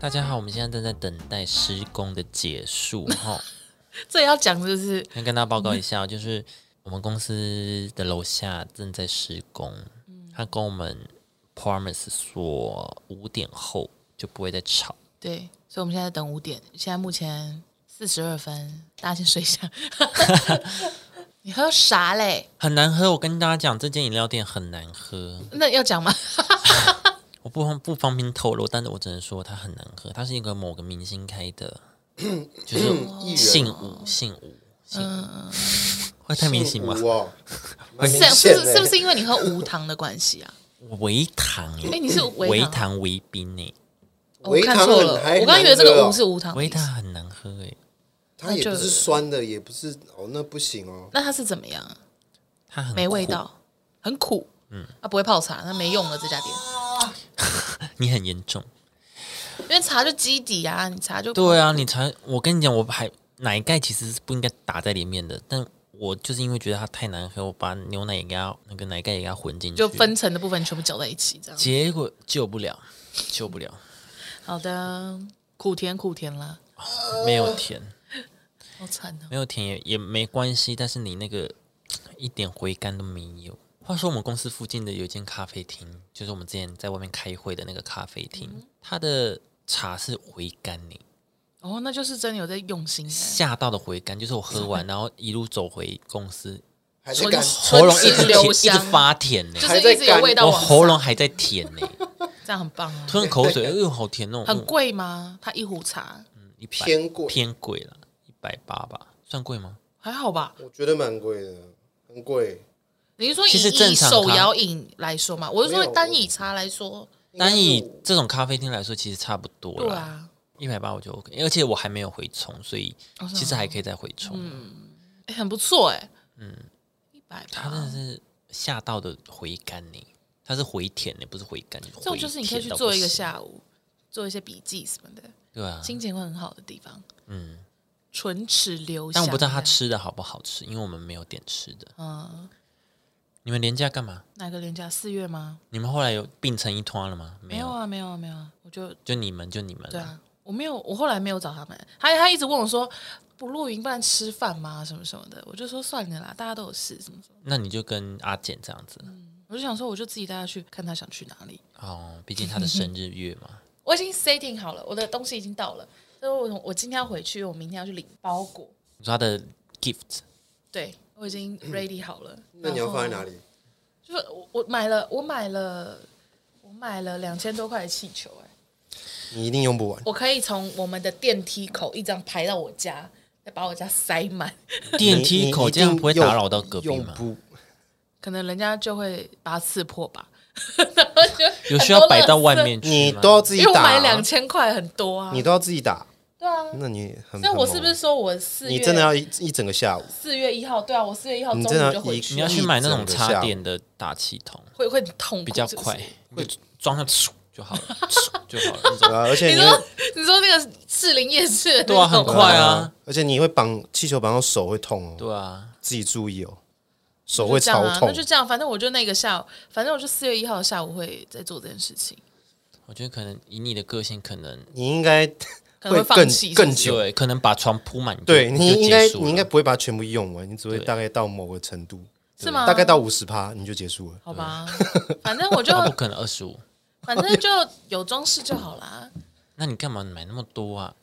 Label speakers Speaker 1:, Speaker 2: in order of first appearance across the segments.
Speaker 1: 大家好，我们现在正在等待施工的结 束哈。
Speaker 2: 这要讲就是
Speaker 1: 先跟大家报告一下，就是我们公司的楼下正在施工，他跟我们 promise 说五点后就不会再吵。
Speaker 2: 对，所以我们现在等五点，现在目前四十二分，大家先睡一 下。你喝啥嘞？
Speaker 1: 很难喝，我跟大家讲，这间饮料店很难喝，
Speaker 2: 那要讲吗？
Speaker 1: 我不方不方便透露，但是我只能说它很难喝。它是一个某个明星开的，
Speaker 3: 哦
Speaker 1: 就是姓吴，姓吴，姓吴，
Speaker 2: 嗯
Speaker 1: 会太明显吗？
Speaker 3: 哦，蛮
Speaker 2: 是
Speaker 3: 明
Speaker 2: 是
Speaker 3: 显欸
Speaker 2: 不
Speaker 3: 的
Speaker 2: 是是不是因为你喝无糖的关系啊？
Speaker 1: 微糖耶，
Speaker 2: 哎你是微
Speaker 1: 微
Speaker 2: 糖
Speaker 1: 糖微冰诶，
Speaker 2: 哦我看错了，
Speaker 3: 微糖很
Speaker 2: 我刚以为这
Speaker 3: 还难喝
Speaker 2: 个
Speaker 3: 哦
Speaker 2: 无是无糖的
Speaker 1: 微
Speaker 2: 意思。
Speaker 1: 糖很难喝欸诶，
Speaker 3: 它也不是酸的，也不是哦，那不行哦。
Speaker 2: 那它是怎么样啊？
Speaker 1: 它很
Speaker 2: 没味
Speaker 1: 苦。
Speaker 2: 道，很苦。嗯，它不会泡茶，那没用了这家店，
Speaker 1: 你很严重。
Speaker 2: 因为茶就基底啊，你茶就
Speaker 1: 对啊，你才我跟你讲，我还奶盖其实是不应该打在里面的，但我就是因为觉得它太难喝，我把牛奶也给它那个奶盖也给它混进去，
Speaker 2: 就分层的部分全部搅在一起这样。
Speaker 1: 结果救不了，救不了，
Speaker 2: 好的，苦甜苦甜啦，
Speaker 1: 没有甜，
Speaker 2: 好惨哦。
Speaker 1: 没有甜也也没关系，但是你那个一点回甘都没有。话说我们公司附近的有一间咖啡厅，就是我们之前在外面开会的那个咖啡
Speaker 2: 嗯
Speaker 1: 厅，它的茶是回甘欸呢，
Speaker 2: 哦，那就是真的有在用心哎、
Speaker 1: 吓到的回甘，就是我喝 完然后一路走回公司，
Speaker 3: 还在感
Speaker 2: 纯
Speaker 1: 喉咙一直甜，
Speaker 2: 纯留
Speaker 1: 一直
Speaker 2: 香
Speaker 1: 发甜呢、
Speaker 2: 就是一直有味道
Speaker 1: 我
Speaker 2: 往上
Speaker 1: 哦喉咙还在甜呢、
Speaker 2: 这样很棒啊。
Speaker 1: 吞了口 水，哎呦，好甜哦！
Speaker 2: 很贵吗？它一壶茶
Speaker 1: 嗯，一百
Speaker 3: 偏贵
Speaker 1: 偏贵了，一百八吧，算贵吗？
Speaker 2: 还好吧？
Speaker 3: 我觉得蛮贵的，很贵。
Speaker 2: 你是说
Speaker 1: 其实
Speaker 2: 以
Speaker 1: 正
Speaker 2: 以
Speaker 1: 常
Speaker 2: 手
Speaker 1: 咖
Speaker 2: 摇饮来说嘛？我是说
Speaker 3: 没有
Speaker 2: 单以茶来说，
Speaker 1: 单以
Speaker 3: 应该是
Speaker 1: 这种咖啡厅来说，其实差不多
Speaker 2: 对
Speaker 1: 啦，
Speaker 2: 啊，
Speaker 1: 一百八我就 OK，而且我还没有回冲，所以
Speaker 2: 哦是吗
Speaker 1: 其实还可以再回冲。
Speaker 2: 哎很不错哎、嗯，一百
Speaker 1: 它真
Speaker 2: 八
Speaker 1: 的，啊是吓到的回甘呢，它是回甜呢，不是回甘，
Speaker 2: 这种就是你可以去做一个，下午，做一些笔记什么的，
Speaker 1: 对啊，
Speaker 2: 心情会很好的地方。
Speaker 1: 嗯，
Speaker 2: 唇齿留香，
Speaker 1: 但我不知道它吃的好不好吃，因为我们没有点吃的。
Speaker 2: 嗯
Speaker 1: 你们廉价干嘛？
Speaker 2: 哪个廉价？四月吗？
Speaker 1: 你们后来有并成一团了吗？
Speaker 2: 没有啊，没有啊，没有啊，我就
Speaker 1: 就你们，就你们。
Speaker 2: 对，啊，我没有，我后来没有找他们，他他一直问我说不露营，不然吃饭吗？什么什么的，我就说算了啦，大家都有事，什么什么，
Speaker 1: 那你就跟阿简这样子。
Speaker 2: 我就想说我就自己带他去看他想去哪里，
Speaker 1: 哦，毕竟他的生日月嘛。
Speaker 2: 我已经 setting 好了，我的东西已经到了，所以我我今天要回去，我明天要去领包裹，
Speaker 1: 你说他的 gift
Speaker 2: 对我已经 ready 好了，
Speaker 3: 那你要放在哪
Speaker 2: 里？
Speaker 3: 里？
Speaker 2: 就是我我买了，我买了，我买了两千多块的气球、哎。
Speaker 3: 你一定用不完。
Speaker 2: 我可以从我们的电梯口一直这样排到我家，再把我家塞满，
Speaker 1: 电梯口，这样不会打扰到隔壁
Speaker 3: 用
Speaker 1: 吗？
Speaker 3: 不，
Speaker 2: 可能人家就会把它刺破吧。
Speaker 1: 有需要摆到外面去
Speaker 3: 你
Speaker 1: 吗？
Speaker 3: 都要自己
Speaker 2: 因为我
Speaker 3: 打
Speaker 2: 买
Speaker 3: 啊，
Speaker 2: 两千块很多啊，
Speaker 3: 你都要自己打，
Speaker 2: 对啊。
Speaker 3: 那你很。
Speaker 2: 所以我
Speaker 3: 很
Speaker 2: 是不
Speaker 3: 猛啊
Speaker 2: 是说我四月
Speaker 3: 你真的要一一整个下午？
Speaker 2: 四月一号？对啊，我四月一号中
Speaker 3: 你
Speaker 2: 午
Speaker 3: 真的
Speaker 2: 就回去
Speaker 1: 你
Speaker 2: 了，
Speaker 1: 要去买那种
Speaker 3: 一整个下午
Speaker 1: 插电的打气筒，
Speaker 2: 会会很痛苦，
Speaker 1: 比较
Speaker 2: 是不是
Speaker 1: 快，你就装上咻就好了，咻就好了 那
Speaker 3: 对
Speaker 1: 种。
Speaker 3: 啊，而且
Speaker 2: 你
Speaker 3: 你
Speaker 2: 说
Speaker 3: 会
Speaker 2: 你说那个士林夜市的那
Speaker 1: 对啊很
Speaker 2: 种
Speaker 1: 快啊，
Speaker 3: 而且你会绑气球绑到手会痛哦，
Speaker 1: 对啊，
Speaker 3: 自己注意哦，手
Speaker 2: 就
Speaker 3: 会
Speaker 2: 这样
Speaker 3: 超
Speaker 2: 啊，
Speaker 3: 痛
Speaker 2: 那。就这样，反正我就那个下午，反正我就四月一号下午会在做这件事情，
Speaker 1: 我觉得可能以你的个性，可能
Speaker 3: 你应该
Speaker 2: 可能会
Speaker 3: 会
Speaker 2: 放
Speaker 3: 更
Speaker 2: 弃
Speaker 3: 更
Speaker 2: 是不是
Speaker 3: 久
Speaker 1: 对，可能把床铺满就，
Speaker 3: 对
Speaker 1: 就
Speaker 3: 你应该
Speaker 1: 结束了
Speaker 3: 你应该不会把它全部用完，你只会
Speaker 1: 对
Speaker 3: 大概到某个程度，
Speaker 2: 是吗？
Speaker 3: 大概到五十趴你就结束了。
Speaker 2: 好 吧，反正我就
Speaker 1: 啊不可能二十五，
Speaker 2: 反正就有装饰就好啦。
Speaker 1: 那你干嘛买那么多啊？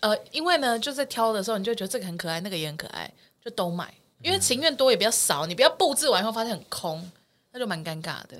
Speaker 2: 呃，因为呢，就在挑的时候，你就觉得这个很可爱，那个也很可爱，就都买。因为情愿多也比较少，你不要布置完以后发现很空，那就蛮尴尬的。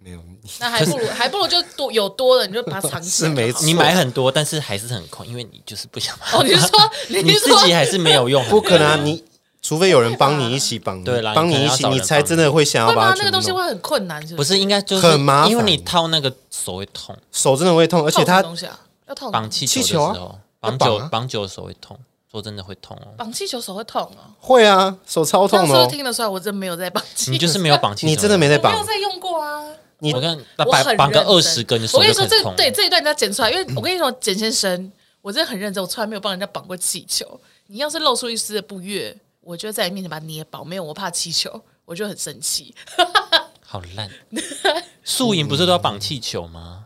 Speaker 3: 没有，
Speaker 2: 那还不如还不如就多有多的，你就把它藏起来就
Speaker 3: 是
Speaker 2: 好。
Speaker 3: 没错
Speaker 1: 你买很多，但是还是很空，因为你就是不想买。
Speaker 2: 哦，你 是说
Speaker 1: 你
Speaker 2: 你是
Speaker 1: 自己
Speaker 2: 说
Speaker 1: 还是没有用，
Speaker 3: 不可能啊！ 你除非有人帮你一起绑，
Speaker 1: 对啦
Speaker 3: 帮
Speaker 1: 你可
Speaker 3: 你
Speaker 1: 能
Speaker 3: 一
Speaker 1: 要
Speaker 3: 起，
Speaker 1: 找人
Speaker 3: 你才真的会想要
Speaker 2: 会
Speaker 3: 把
Speaker 2: 吗
Speaker 3: 它？
Speaker 2: 那
Speaker 3: 全
Speaker 2: 个
Speaker 3: 部
Speaker 2: 东西
Speaker 3: 弄。
Speaker 2: 会很困难，是
Speaker 1: 不
Speaker 2: 不是？
Speaker 1: 是应该就是
Speaker 3: 很麻烦
Speaker 1: 因为你套那个手会痛，
Speaker 3: 手真的会痛，而
Speaker 2: 套什么
Speaker 3: 且它
Speaker 2: 东西啊，要套什么
Speaker 1: 绑气球的时
Speaker 3: 气球
Speaker 1: 候，绑久
Speaker 3: 要绑啊
Speaker 1: 绑久的手会痛，说真的会痛哦。
Speaker 2: 绑气球手会痛哦。
Speaker 3: 会啊，手超
Speaker 2: 上
Speaker 3: 痛
Speaker 2: 次
Speaker 3: 的哦。
Speaker 2: 听得出来，我真没有在绑气球，
Speaker 1: 你就是没有绑气球，
Speaker 3: 你真的没在
Speaker 2: 我没
Speaker 3: 绑
Speaker 2: 有，在用过啊。
Speaker 3: 你
Speaker 1: 我看
Speaker 2: 我很
Speaker 1: 绑绑个
Speaker 2: 认真
Speaker 1: 二十根，你手
Speaker 2: 我跟
Speaker 1: 就
Speaker 2: 你说，
Speaker 1: 很
Speaker 2: 这
Speaker 1: 痛。嗯
Speaker 2: 对，这一段你要剪出来，因为我跟你说，简先生，我真的很认真，我从来没有帮人家绑过气球。你要是露出一丝的不悦，我就在你面前把它捏爆。没有，我怕气球， 我就很生气。
Speaker 1: 好烂。宿营不是都要绑气球吗？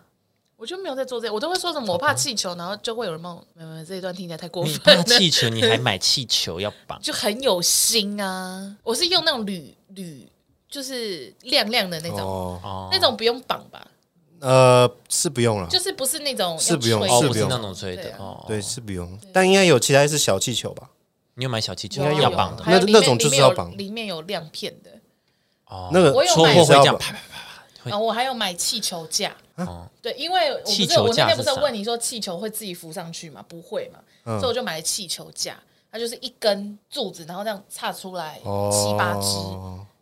Speaker 2: 我就没有在做这些，我都会说什么我怕气球，然后就会有人帮我。没有没有，这一段听起来太过
Speaker 1: 你
Speaker 2: 分
Speaker 1: 怕
Speaker 2: 了。？
Speaker 1: 气球，你还买气球要绑
Speaker 2: 就很有心啊！我是用那种铝铝，就是亮亮的那种，
Speaker 3: 哦，
Speaker 1: 哦
Speaker 2: 那种不用绑吧？
Speaker 3: 呃，是不用了，
Speaker 2: 就是不是那种
Speaker 3: 是不用
Speaker 2: 要吹
Speaker 1: 哦，
Speaker 3: 是
Speaker 1: 不
Speaker 3: 不
Speaker 1: 是
Speaker 3: 用
Speaker 1: 那种吹
Speaker 2: 对
Speaker 1: 的
Speaker 2: 啊
Speaker 1: 哦。
Speaker 3: 对，是不用，但应该有其他是小气球吧？
Speaker 1: 你有买小气球
Speaker 2: 有啊
Speaker 1: 要
Speaker 2: 有
Speaker 1: 绑的
Speaker 2: 还有
Speaker 3: 那
Speaker 2: 里面
Speaker 3: 那种就是
Speaker 2: 里面有
Speaker 3: 要绑
Speaker 2: 里面有亮片的。
Speaker 1: 哦，
Speaker 3: 那个
Speaker 2: 我有
Speaker 1: 戳
Speaker 2: 买
Speaker 1: 破会
Speaker 3: 是要
Speaker 1: 这样
Speaker 3: 绑
Speaker 1: 啪啪啪啪啪，
Speaker 2: 然
Speaker 1: 会
Speaker 2: 后我还有买气球架。
Speaker 3: 啊
Speaker 1: 哦
Speaker 2: 对，因为我不
Speaker 1: 气
Speaker 2: 是
Speaker 1: 球
Speaker 2: 我那
Speaker 1: 架
Speaker 2: 天
Speaker 1: 是
Speaker 2: 不是
Speaker 1: 啥
Speaker 2: 问你说气球会自己浮上去吗？不会嘛，
Speaker 3: 嗯
Speaker 2: 所以我就买了气球架，它就是一根柱子，然后这样插出来
Speaker 3: 哦，
Speaker 2: 七八支，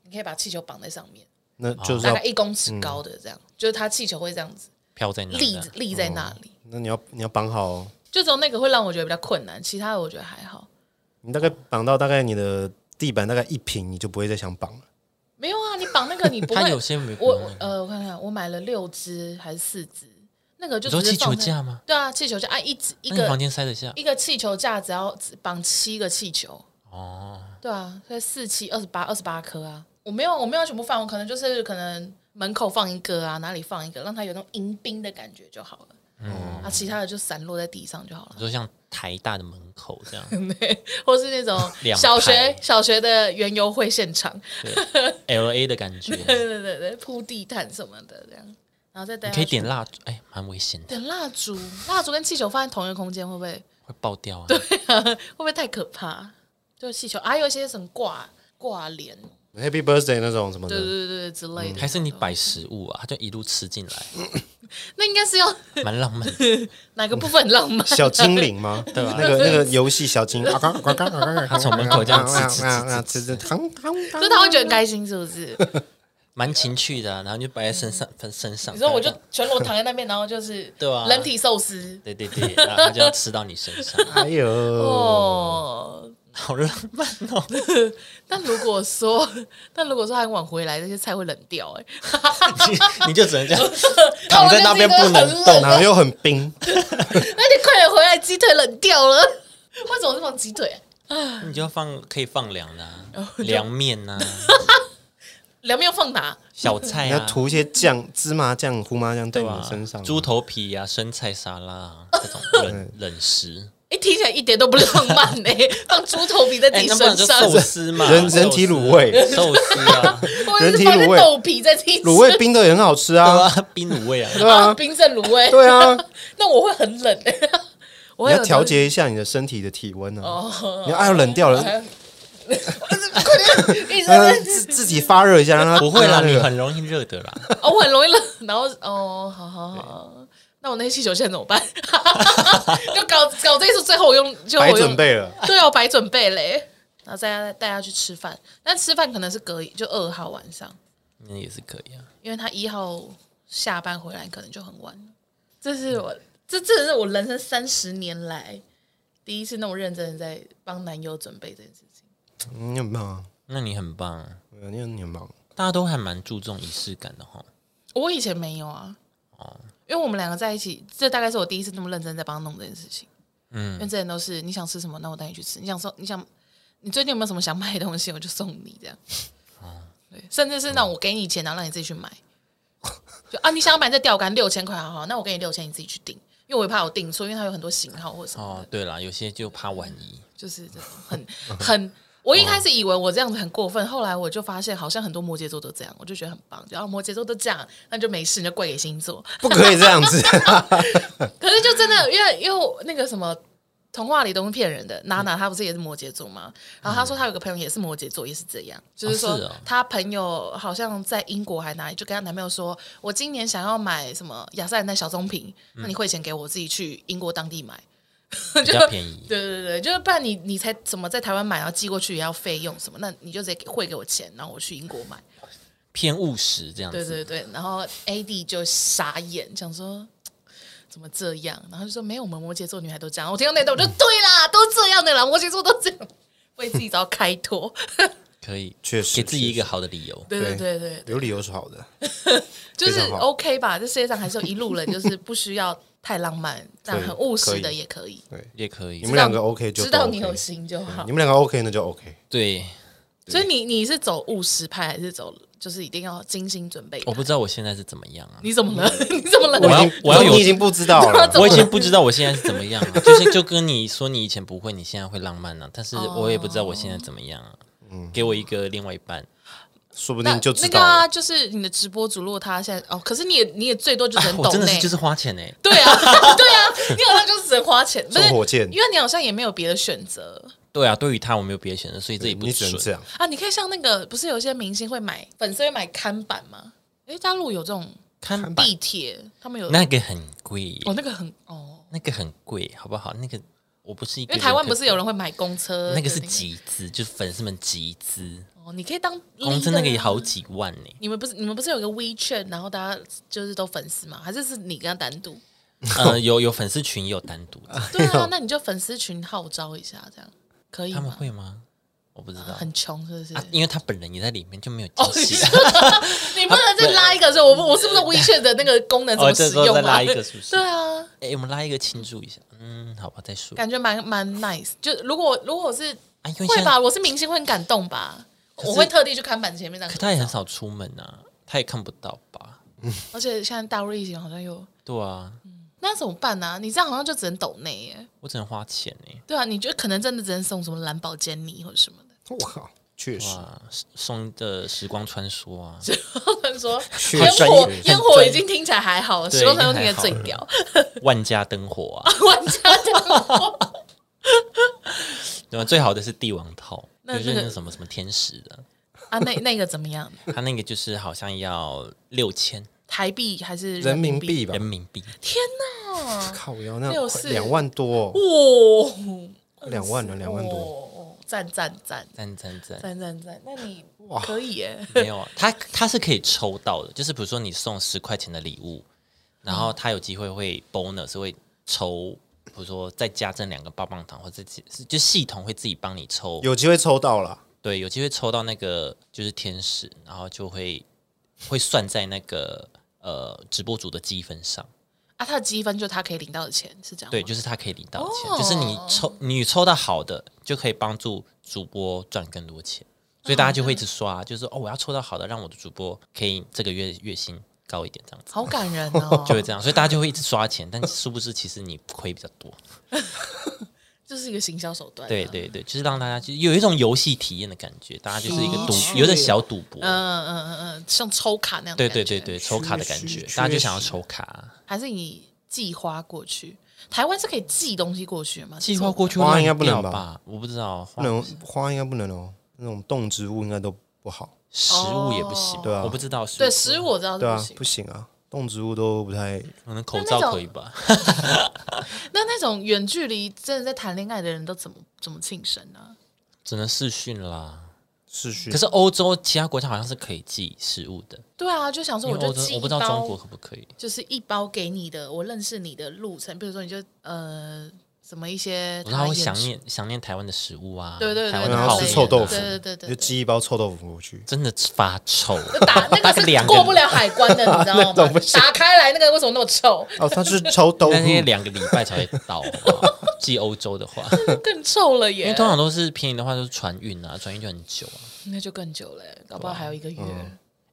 Speaker 2: 你可以把气球绑在上面，
Speaker 3: 那
Speaker 1: 哦
Speaker 3: 就是
Speaker 2: 大
Speaker 3: 要
Speaker 2: 概，一公
Speaker 3: 嗯
Speaker 2: 尺高的这样，就是它气球会这样子
Speaker 1: 飘在那
Speaker 2: 立
Speaker 1: 的。
Speaker 2: 立在那里。
Speaker 3: 那你要你要绑好哦，
Speaker 2: 就只有那个会让我觉得比较困难，其他的我觉得还好。
Speaker 3: 你大概绑到大概你的地板大概一平，你就不会再想绑了。
Speaker 2: 没有啊，你 绑那个你不
Speaker 1: 它
Speaker 2: 会
Speaker 1: 有。些没
Speaker 2: 我
Speaker 1: 绑
Speaker 2: 我
Speaker 1: 那个
Speaker 2: 呃，我看看，我买了六只还是四只，那个就
Speaker 1: 你说
Speaker 2: 只是
Speaker 1: 气球
Speaker 2: 放在
Speaker 1: 架吗？
Speaker 2: 对啊，气球架，啊，一只一
Speaker 1: 那你
Speaker 2: 个
Speaker 1: 房间塞得下
Speaker 2: 一个气球架只要只绑七个气球，
Speaker 1: 哦。
Speaker 2: 对啊，所以四七二十八二十八颗啊。我没有我没有全部放，我可能就是可能门口放一个啊，哪里放一个，让它有那种迎宾的感觉就好了。嗯，啊，其他的就散落在地上就好了
Speaker 1: 你，说像台大的门口这样，
Speaker 2: 或是那种
Speaker 1: 两排
Speaker 2: 小学小学的园游会现场，
Speaker 1: 对 L A 的感觉，
Speaker 2: 对啊对对对，铺地毯什么的这样，然后再带
Speaker 1: 你可以
Speaker 2: 它
Speaker 1: 点蜡烛，哎，蛮危险的，
Speaker 2: 点蜡烛，蜡烛跟气球放在同一个空间会不会
Speaker 1: 会爆掉啊。
Speaker 2: 会不会太可怕？就是气球，还、有一些什么挂挂帘，
Speaker 3: Happy birthday 那种什么
Speaker 2: 对
Speaker 3: 的，
Speaker 2: 对对对之类的，
Speaker 1: 还是你摆食物啊，它就一路吃进来，嗯
Speaker 2: 那应该是要
Speaker 1: 蛮浪漫的。
Speaker 2: 哪个部分 很浪漫？
Speaker 3: 小精灵吗？对吧？那个那个游戏小精灵，他
Speaker 1: 从门口这样吃吃
Speaker 3: 吃吃，汤汤汤
Speaker 2: 就，他会觉得很开心，是不是？
Speaker 1: 蛮情趣的啊、然后就摆在身上，放身上。
Speaker 2: 嗯你说 我就 全裸躺在那边，然后就是
Speaker 1: 啊对啊
Speaker 2: 人体寿司
Speaker 1: 对对对，然后就要吃到你身上，
Speaker 3: 哎呦，
Speaker 2: 哦。
Speaker 1: 好浪漫哦！
Speaker 2: 但如果说， 但如果说很晚回来，那些菜会冷掉、欸， 哎，
Speaker 1: 你你就只能 这样躺在那边不能动，
Speaker 3: 然后又很冰，
Speaker 2: 那你快点回来，鸡腿冷掉了。为什么是放鸡腿、啊？
Speaker 1: 你就要放可以放凉的、 啊，凉面呐、
Speaker 2: 凉面要放哪？
Speaker 1: 小菜
Speaker 3: 你要
Speaker 1: 啊，
Speaker 3: 涂一些酱，芝麻酱、胡麻酱在
Speaker 1: 对
Speaker 3: 你
Speaker 1: 吧？
Speaker 3: 身上，
Speaker 1: 猪头皮啊，生菜沙拉啊，这 种冷冷食。
Speaker 2: 哎、听起来一点都不浪漫呢、放猪头皮在自
Speaker 1: 哎，
Speaker 2: 己
Speaker 1: 那不然
Speaker 2: 身
Speaker 1: 就
Speaker 2: 上，
Speaker 1: 寿司嘛，
Speaker 3: 人人体卤味
Speaker 1: 寿司 啊，
Speaker 2: 或者是放
Speaker 3: 人体
Speaker 2: 个
Speaker 3: 卤味
Speaker 2: 豆皮在自己
Speaker 3: 卤味冰的也很好吃
Speaker 1: 对
Speaker 3: 啊，
Speaker 1: 啊，冰卤味啊，
Speaker 3: 对啊，
Speaker 2: 冰镇卤味。
Speaker 3: 对啊，
Speaker 2: 那我会很冷、 欸，我会
Speaker 3: 你要
Speaker 2: 很
Speaker 3: 调节一下你的身体的体温啊，
Speaker 2: 哦。
Speaker 3: 你要哎呦冷掉了，
Speaker 2: 快点，一直在
Speaker 3: 呃自自己发热一下，让它
Speaker 1: 不会啦，
Speaker 3: 让它那
Speaker 1: 你
Speaker 3: 个
Speaker 1: 很容易热的啦。
Speaker 2: 哦，我很容易冷，然后哦，好好好，那我那些气球现在怎么办？ 就搞搞这一次，最后我用就我
Speaker 3: 白
Speaker 2: 用
Speaker 3: 准，备 了。
Speaker 2: 对啊，我白准备嘞。然后再带他去吃饭，但吃饭可能是隔一就二号晚上，
Speaker 1: 那也是可以啊。
Speaker 2: 因为他一号下班回来可能就很晚了。这是我这这是我人生三十年来第一次那么认真的在帮男友准备这件事情。
Speaker 3: 嗯你很棒啊，
Speaker 1: 那你很棒啊，
Speaker 3: 对啊你很你很棒。
Speaker 1: 大家都还蛮注重仪式感的哈。
Speaker 2: 我以前没有啊，因为我们两个在一起，这大概是我第一次那么认真在帮他弄这件事情。
Speaker 1: 嗯
Speaker 2: 因为之前都是你想吃什么，那我带你去吃；你想送，你想你最近有没有什么想买的东西，我就送你这样。
Speaker 1: 哦
Speaker 2: 对，甚至是那种我给你钱，然后让你自己去买。就啊，你想要买这钓竿六千块，好好，那我给你六千，你自己去订，因为我也怕我订错，因为它有很多型号或什么，
Speaker 1: 哦，对啦，有些就怕万 一，
Speaker 2: 就是这种很很。我一开始以为我这样子很过分，后来我就发现好像很多摩羯座都这样，我就觉得很棒。然后摩羯座都这样，那就没事，你就怪给星座。
Speaker 3: 不可以这样子，
Speaker 2: 可是就真的，因为因为我那个什么童话里都是骗人的，娜
Speaker 1: 嗯
Speaker 2: 娜她不是也是摩羯座吗？然后她说她有个朋友也是摩羯座，也是这样，就是
Speaker 1: 哦
Speaker 2: 说
Speaker 1: 是哦
Speaker 2: 她朋友好像在英国还哪里，就跟她男朋友说，我今年想要买什么雅诗兰黛小棕瓶，那你汇钱给我，我自己去英国当地买。
Speaker 1: 嗯比 较便宜。
Speaker 2: 对对对，就是不然你你才怎么在台湾买，然后寄过去也要费用什么，那你就直接给汇给我钱，然后我去英国买。
Speaker 1: 偏务实这样
Speaker 2: 对
Speaker 1: 子。
Speaker 2: 对对，然后 AD 就傻眼，想说怎么这样，然后就说没有，我们摩羯座女孩都这样。我听到那段我就对啦，都这样的啦，摩羯座都这样，为自己找到开 脱。
Speaker 1: 可以，
Speaker 3: 确实
Speaker 1: 给自己一个好的理由。
Speaker 2: 对对对对，
Speaker 3: 有理由是好的。
Speaker 2: 就是
Speaker 3: 非常好
Speaker 2: OK 吧？这世界上还是有一路人，就是不需要太浪漫，但很务实的也可以。
Speaker 1: 也可以
Speaker 3: 你，们两个 OK 就
Speaker 2: 知
Speaker 3: 都
Speaker 2: 道
Speaker 3: OK 嗯
Speaker 2: 你有心就好
Speaker 3: 你。们两个 OK 那就 OK。
Speaker 1: 对，
Speaker 2: 所以你你是走务实派还是走就是一定要精心准备。
Speaker 1: 我不知道我现在是怎么样啊，
Speaker 2: 你怎么了？ 你怎么了？
Speaker 1: 我要
Speaker 3: 已经
Speaker 1: 我要有
Speaker 3: 你已经不知道
Speaker 2: 对啊
Speaker 3: 了
Speaker 2: 怎，么
Speaker 1: 我已经不知道我现在是怎么样了、 就是就跟你说你以前不会，你现在会浪漫了、但是
Speaker 2: 哦
Speaker 1: 我也不知道我现在怎么样啊。给我一个另外一半，
Speaker 3: 说不
Speaker 2: 那
Speaker 3: 定就
Speaker 2: 那
Speaker 3: 知
Speaker 2: 个
Speaker 3: 道了。
Speaker 2: 啊，就是你的直播主，如果他现在哦，可是你也你也最多就只能
Speaker 1: 啊我
Speaker 2: 抖
Speaker 1: 真的
Speaker 2: 内、
Speaker 1: 是就是花钱哎、
Speaker 2: 对啊， 对啊，你好像就是只能花 钱，不是
Speaker 3: 送火箭
Speaker 2: 因为你好像也没有别的选择
Speaker 1: 对啊，对于他我没有别的选择，所以这也不
Speaker 3: 你只能
Speaker 1: 准
Speaker 3: 这样，
Speaker 2: 啊。你可以像那个，不是有些明星会买粉丝会买看板吗？诶，大陆有这种
Speaker 1: 看吧，
Speaker 2: 地铁，他们有
Speaker 1: 那个很贵，
Speaker 2: 哦，那个很哦，
Speaker 1: 那个很贵，好不好？那个我不是一个
Speaker 2: 因为
Speaker 1: 人可，
Speaker 2: 台湾不是有人会买公车，
Speaker 1: 那个是
Speaker 2: 对
Speaker 1: 集资，就是粉丝们集资，
Speaker 2: 哦，你可以当
Speaker 1: 公司
Speaker 2: leader
Speaker 1: 那个也
Speaker 2: 啊
Speaker 1: 好几万 呢、
Speaker 2: 你们不是你们不是有个 WeChat，然后大家就是都粉丝吗？还是是你跟他单独？
Speaker 1: 呃，有有粉丝群，也有单独的，
Speaker 2: 对啊，那你就粉丝群号召一下，这样可以
Speaker 1: 他们
Speaker 2: 吗？
Speaker 1: 会吗？我不知道，
Speaker 2: 很穷是不是？
Speaker 1: 啊因为他本人也在里面，就没有
Speaker 2: 哦，
Speaker 1: 惊
Speaker 2: 你
Speaker 1: 喜。
Speaker 2: 说你不能再拉一个，所以我不我是不是 WeChat 的那个功能怎
Speaker 1: 哦，
Speaker 2: 么
Speaker 1: 这
Speaker 2: 使
Speaker 1: 时候
Speaker 2: 用
Speaker 1: 再
Speaker 2: 啊？
Speaker 1: 拉一个，是不是？
Speaker 2: 对啊，
Speaker 1: 哎、我们拉一个庆祝一下。嗯，好吧，再说。
Speaker 2: 感觉蛮蛮 nice。就如果如果我是
Speaker 1: 啊，因为
Speaker 2: 会
Speaker 1: 现在
Speaker 2: 吧，我是明星会很感动吧，
Speaker 1: 是
Speaker 2: 我会特地去看板前面这样
Speaker 1: 可。他也很
Speaker 2: 少，
Speaker 1: 少出门啊，他也看不到吧？
Speaker 2: 而且现在大陆疫情好像又
Speaker 1: 对啊，
Speaker 2: 那怎么办呢、啊？你这样好像就只能抖内耶。
Speaker 1: 我只能花钱哎、
Speaker 2: 对啊，你觉得可能真的只能送什么蓝宝坚尼或者什么的？
Speaker 3: 我靠，确实
Speaker 1: 哇，送的时光穿梭啊，
Speaker 2: 他说
Speaker 3: 确
Speaker 2: 烟
Speaker 3: 实
Speaker 2: 火
Speaker 1: 业
Speaker 2: 烟火已经听起来还好，
Speaker 1: 对
Speaker 2: 时光长流
Speaker 1: 已
Speaker 2: 听
Speaker 1: 经还
Speaker 2: 起来
Speaker 1: 好
Speaker 2: 最屌。
Speaker 1: 万家灯火 啊，
Speaker 2: 玩家的，
Speaker 1: 对啊吧？最好的是帝王套，
Speaker 2: 那
Speaker 1: 就是
Speaker 2: 那
Speaker 1: 那
Speaker 2: 个
Speaker 1: 个什么什么天使的，
Speaker 2: 啊，那那个怎么样？
Speaker 1: 他那个就是好像要六千
Speaker 2: 台币还是
Speaker 3: 人民
Speaker 2: 民
Speaker 3: 币吧
Speaker 1: 人？民币，
Speaker 2: 天哪！
Speaker 3: 靠腰，那
Speaker 2: 六四
Speaker 3: 两万多哦，
Speaker 2: 哇，
Speaker 3: 两万了，两万多，
Speaker 2: 多，赞赞赞
Speaker 1: 赞赞赞！
Speaker 2: 赞赞赞！那你
Speaker 3: 哇
Speaker 2: 可以耶，
Speaker 1: 没有，啊，他他是可以抽到的，就是比如说你送十块钱的礼物，然后他有机会会 bonus 会抽，比如说再加赠两个棒棒糖，或者自己就系统会自己帮你抽，
Speaker 3: 有机会抽到了。
Speaker 1: 对，有机会抽到那个就是天使，然后就会会算在那个呃直播主的积分上，
Speaker 2: 啊，他的积分就是他可以领到的钱，是这样吗
Speaker 1: 对，就是他可以领到钱，
Speaker 2: 哦
Speaker 1: 就是你抽你抽到好的就可以帮助主播赚更多钱。所以大家就会一
Speaker 2: 嗯
Speaker 1: 直刷，就是说哦，我要抽到好的，让我的主播可以这个月月薪高一点，这样子。
Speaker 2: 好感人哦，
Speaker 1: 就会这样，所以大家就会一直刷钱，但殊不知其实你亏比较 多。
Speaker 2: 就是一个行销手段。
Speaker 1: 对，对对，就是让大家就有一种游戏体验的感觉，大家就是一个赌
Speaker 3: 的确，
Speaker 1: 有点小赌博。
Speaker 2: 嗯嗯嗯嗯，像抽卡那样的
Speaker 1: 对
Speaker 2: 感觉。
Speaker 1: 对对对，抽卡的感
Speaker 3: 确
Speaker 1: 觉，
Speaker 3: 实
Speaker 1: 大家就想要抽卡。
Speaker 2: 还是你寄花过去？台湾是可以寄东西过去的吗？
Speaker 1: 计划过去
Speaker 3: 花
Speaker 1: 会
Speaker 3: 应该不能
Speaker 1: 烂掉
Speaker 3: 吧
Speaker 1: 吧？我不知道，
Speaker 3: 不
Speaker 1: 花
Speaker 3: 能花应该不能哦，那种动植物应该都不好。
Speaker 1: 食物也不行，
Speaker 3: 对啊
Speaker 1: 我不知道。
Speaker 2: 对食物，我知道是
Speaker 3: 对
Speaker 2: 不
Speaker 3: 啊
Speaker 2: 行，。
Speaker 3: 不行啊，动植物都不太
Speaker 1: 可能口
Speaker 2: 那那
Speaker 1: 罩
Speaker 2: 种
Speaker 1: 可以吧？
Speaker 2: 那那种远距离真的在谈恋爱的人都怎么怎么庆生呢、
Speaker 1: 只能视讯啦。
Speaker 3: 视讯
Speaker 1: 可。是欧洲其他国家好像是可以寄食物的，
Speaker 2: 对啊，就想说
Speaker 1: 因为
Speaker 2: 就
Speaker 1: 欧洲
Speaker 2: 寄一包，
Speaker 1: 我不知道中国可不可以。
Speaker 2: 就是一包给你的，我认识你的路程，比如说你就呃什么一些
Speaker 1: 我
Speaker 2: 台
Speaker 1: 说他
Speaker 2: 湾
Speaker 1: 会
Speaker 2: 演出，
Speaker 1: 想念想念台湾的食物啊，
Speaker 2: 对对对
Speaker 1: 台湾
Speaker 2: 对
Speaker 1: 的
Speaker 3: 然
Speaker 1: 泡
Speaker 3: 后
Speaker 2: 类
Speaker 3: 吃
Speaker 1: 面
Speaker 2: 似
Speaker 3: 臭
Speaker 1: 啊
Speaker 3: 豆腐，
Speaker 2: 对对对对
Speaker 3: 就寄一包臭豆腐过去。
Speaker 1: 真的发臭。
Speaker 2: 打 那个
Speaker 1: 两
Speaker 2: 是
Speaker 1: 个
Speaker 2: 过不了海关的，你知道
Speaker 3: 那种
Speaker 2: 吗
Speaker 3: 不？行
Speaker 2: 打开来那个为什么那么臭？
Speaker 3: 哦，它是臭豆腐
Speaker 1: 但，是两个礼拜才会到，好不好寄欧洲的话，
Speaker 2: 更臭了
Speaker 1: 因为
Speaker 2: 耶！
Speaker 1: 通常都是便宜的话都是船运啊，船运就很久啊。
Speaker 2: 那就更久了，搞不好还有一个月。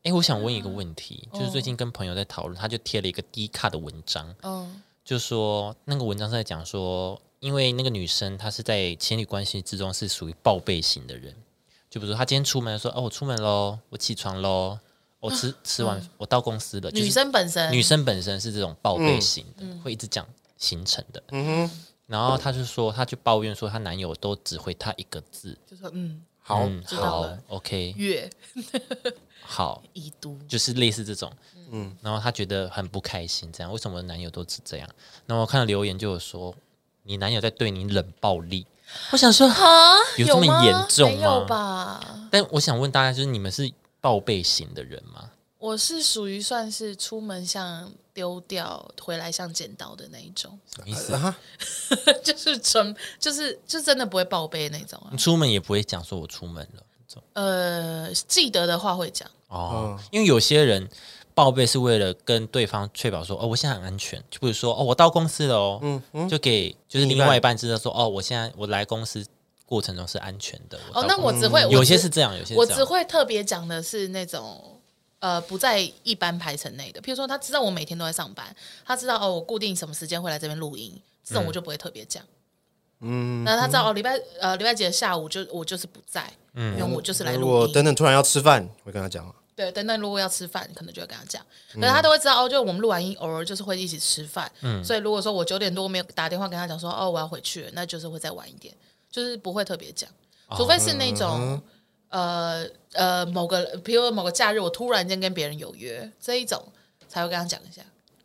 Speaker 1: 哎，我想问一个问题，就是最近跟朋友在讨论，他就贴了一个低卡的文章，
Speaker 2: 嗯，
Speaker 1: 就说那个文章是在讲说，因为那个女生她是在情侣关系之中是属于报备型的人，就比如说她今天出门说哦我出门喽，我起床喽，我吃吃完我到公司了，就是
Speaker 2: 嗯女生嗯本身
Speaker 1: 女生本身是这种报备型的，会一直讲行程的。
Speaker 3: 嗯
Speaker 1: 然后她就说，她就抱怨说，她男友都只回她一个字，
Speaker 2: 就说嗯，
Speaker 3: 好
Speaker 1: 嗯，
Speaker 2: 知道
Speaker 1: 好
Speaker 2: 了
Speaker 1: ，OK，
Speaker 2: 月
Speaker 1: 好，
Speaker 2: 已读，
Speaker 1: 就是类似这种。嗯，然后她觉得很不开心，这样为什么男友都只这样？然后我看到留言就有说，你男友在对你冷暴力。我想说，
Speaker 2: 啊，
Speaker 1: 有这么
Speaker 2: 吗
Speaker 1: 严重
Speaker 2: 没有
Speaker 1: 吗
Speaker 2: 吧？
Speaker 1: 但我想问大家，就是你们是报备型的人吗？
Speaker 2: 我是属于算是出门像丢掉，回来像捡到的那一种，
Speaker 1: 什么意思？
Speaker 3: 啊，
Speaker 2: 就是纯就是就真的不会报备那种啊
Speaker 1: 你。出门也不会讲说我出门了这种。
Speaker 2: 呃，记得的话会讲，
Speaker 1: 哦，因为有些人报备是为了跟对方确保说，哦，我现在很安全。就比如说，哦，我到公司了哦，就给就是
Speaker 3: 另一
Speaker 1: 另
Speaker 3: 半
Speaker 1: 外一半知道说，哦，我现在我来公司过程中是安全的。
Speaker 2: 哦，
Speaker 1: 到
Speaker 2: 那
Speaker 1: 公
Speaker 2: 我只会
Speaker 1: 嗯有
Speaker 2: 我
Speaker 1: 些
Speaker 2: 只
Speaker 1: 是这样，有些
Speaker 2: 我
Speaker 1: 是这
Speaker 2: 只
Speaker 1: 样。
Speaker 2: 会特别讲的是那种呃不在一般排程内的，譬如说他知道我每天都在上班，他知道哦我固定什么时间会来这边录音，这种我就不会特别讲。嗯，那他知道哦，礼拜呃礼拜几的下午就我就是不在，嗯，因为我就是来
Speaker 3: 如
Speaker 2: 录
Speaker 3: 果
Speaker 2: 音。
Speaker 3: 等等突然要吃饭，我会跟他讲，
Speaker 2: 对，等等，如果要吃饭，可能就会跟他讲，可
Speaker 1: 嗯
Speaker 2: 是他都会知道哦，就我们录完音，偶尔就是会一起吃饭，所以如果说我九点多没有打电话跟他讲说哦我要回去了，那就是会再晚一点，就是不会特别讲，除非是那
Speaker 1: 哦
Speaker 2: 种、呃呃某个，比如某个假日我突然间跟别人有约这一种，才会跟他讲一下，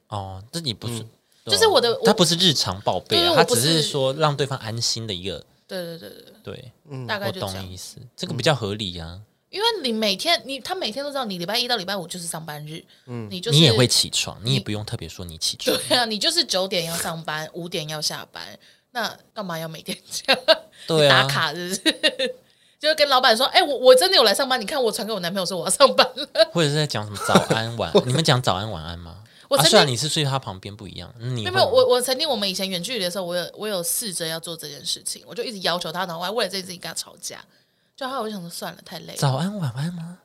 Speaker 1: 哦，这你不
Speaker 3: 嗯
Speaker 1: 是，对啊
Speaker 2: 就是我的我
Speaker 1: 他不是日常报备
Speaker 2: 对
Speaker 1: 啊，
Speaker 2: 我
Speaker 1: 他
Speaker 2: 不
Speaker 1: 只是
Speaker 2: 是
Speaker 1: 说让对方安心的一个，
Speaker 2: 对对对对对，
Speaker 1: 对，
Speaker 2: 大概
Speaker 1: 嗯我
Speaker 2: 就这
Speaker 1: 懂
Speaker 2: 样，嗯
Speaker 1: 意思，这个比较合理啊，
Speaker 2: 因为你每天你他每天都知道你礼拜一到礼拜五就是上班日，嗯，你就是
Speaker 1: 你也会起床，你也不用特别说你起床，
Speaker 2: 对啊，你就是九点要上班，五点要下班，那干嘛要每天这样
Speaker 1: 对啊
Speaker 2: 打，卡？是不是？ 就是跟老板说，哎、我我真的有来上班，你看我传给我男朋友说我要上班了。
Speaker 1: 或者是在讲什么早安 晚，安，你们讲早安晚安吗？
Speaker 2: 我
Speaker 1: 啊，
Speaker 2: 曾
Speaker 1: 虽然
Speaker 2: 经
Speaker 1: 你是睡他旁边不一样，嗯你
Speaker 2: 没有
Speaker 1: 会
Speaker 2: 没有，我我曾经我们以前远距离的时候，我有我有试着要做这件事情，我就一直要求他，然后我还为了这件事情跟他吵架。就后来我就想说算了，太累了，
Speaker 1: 早安晚安吗？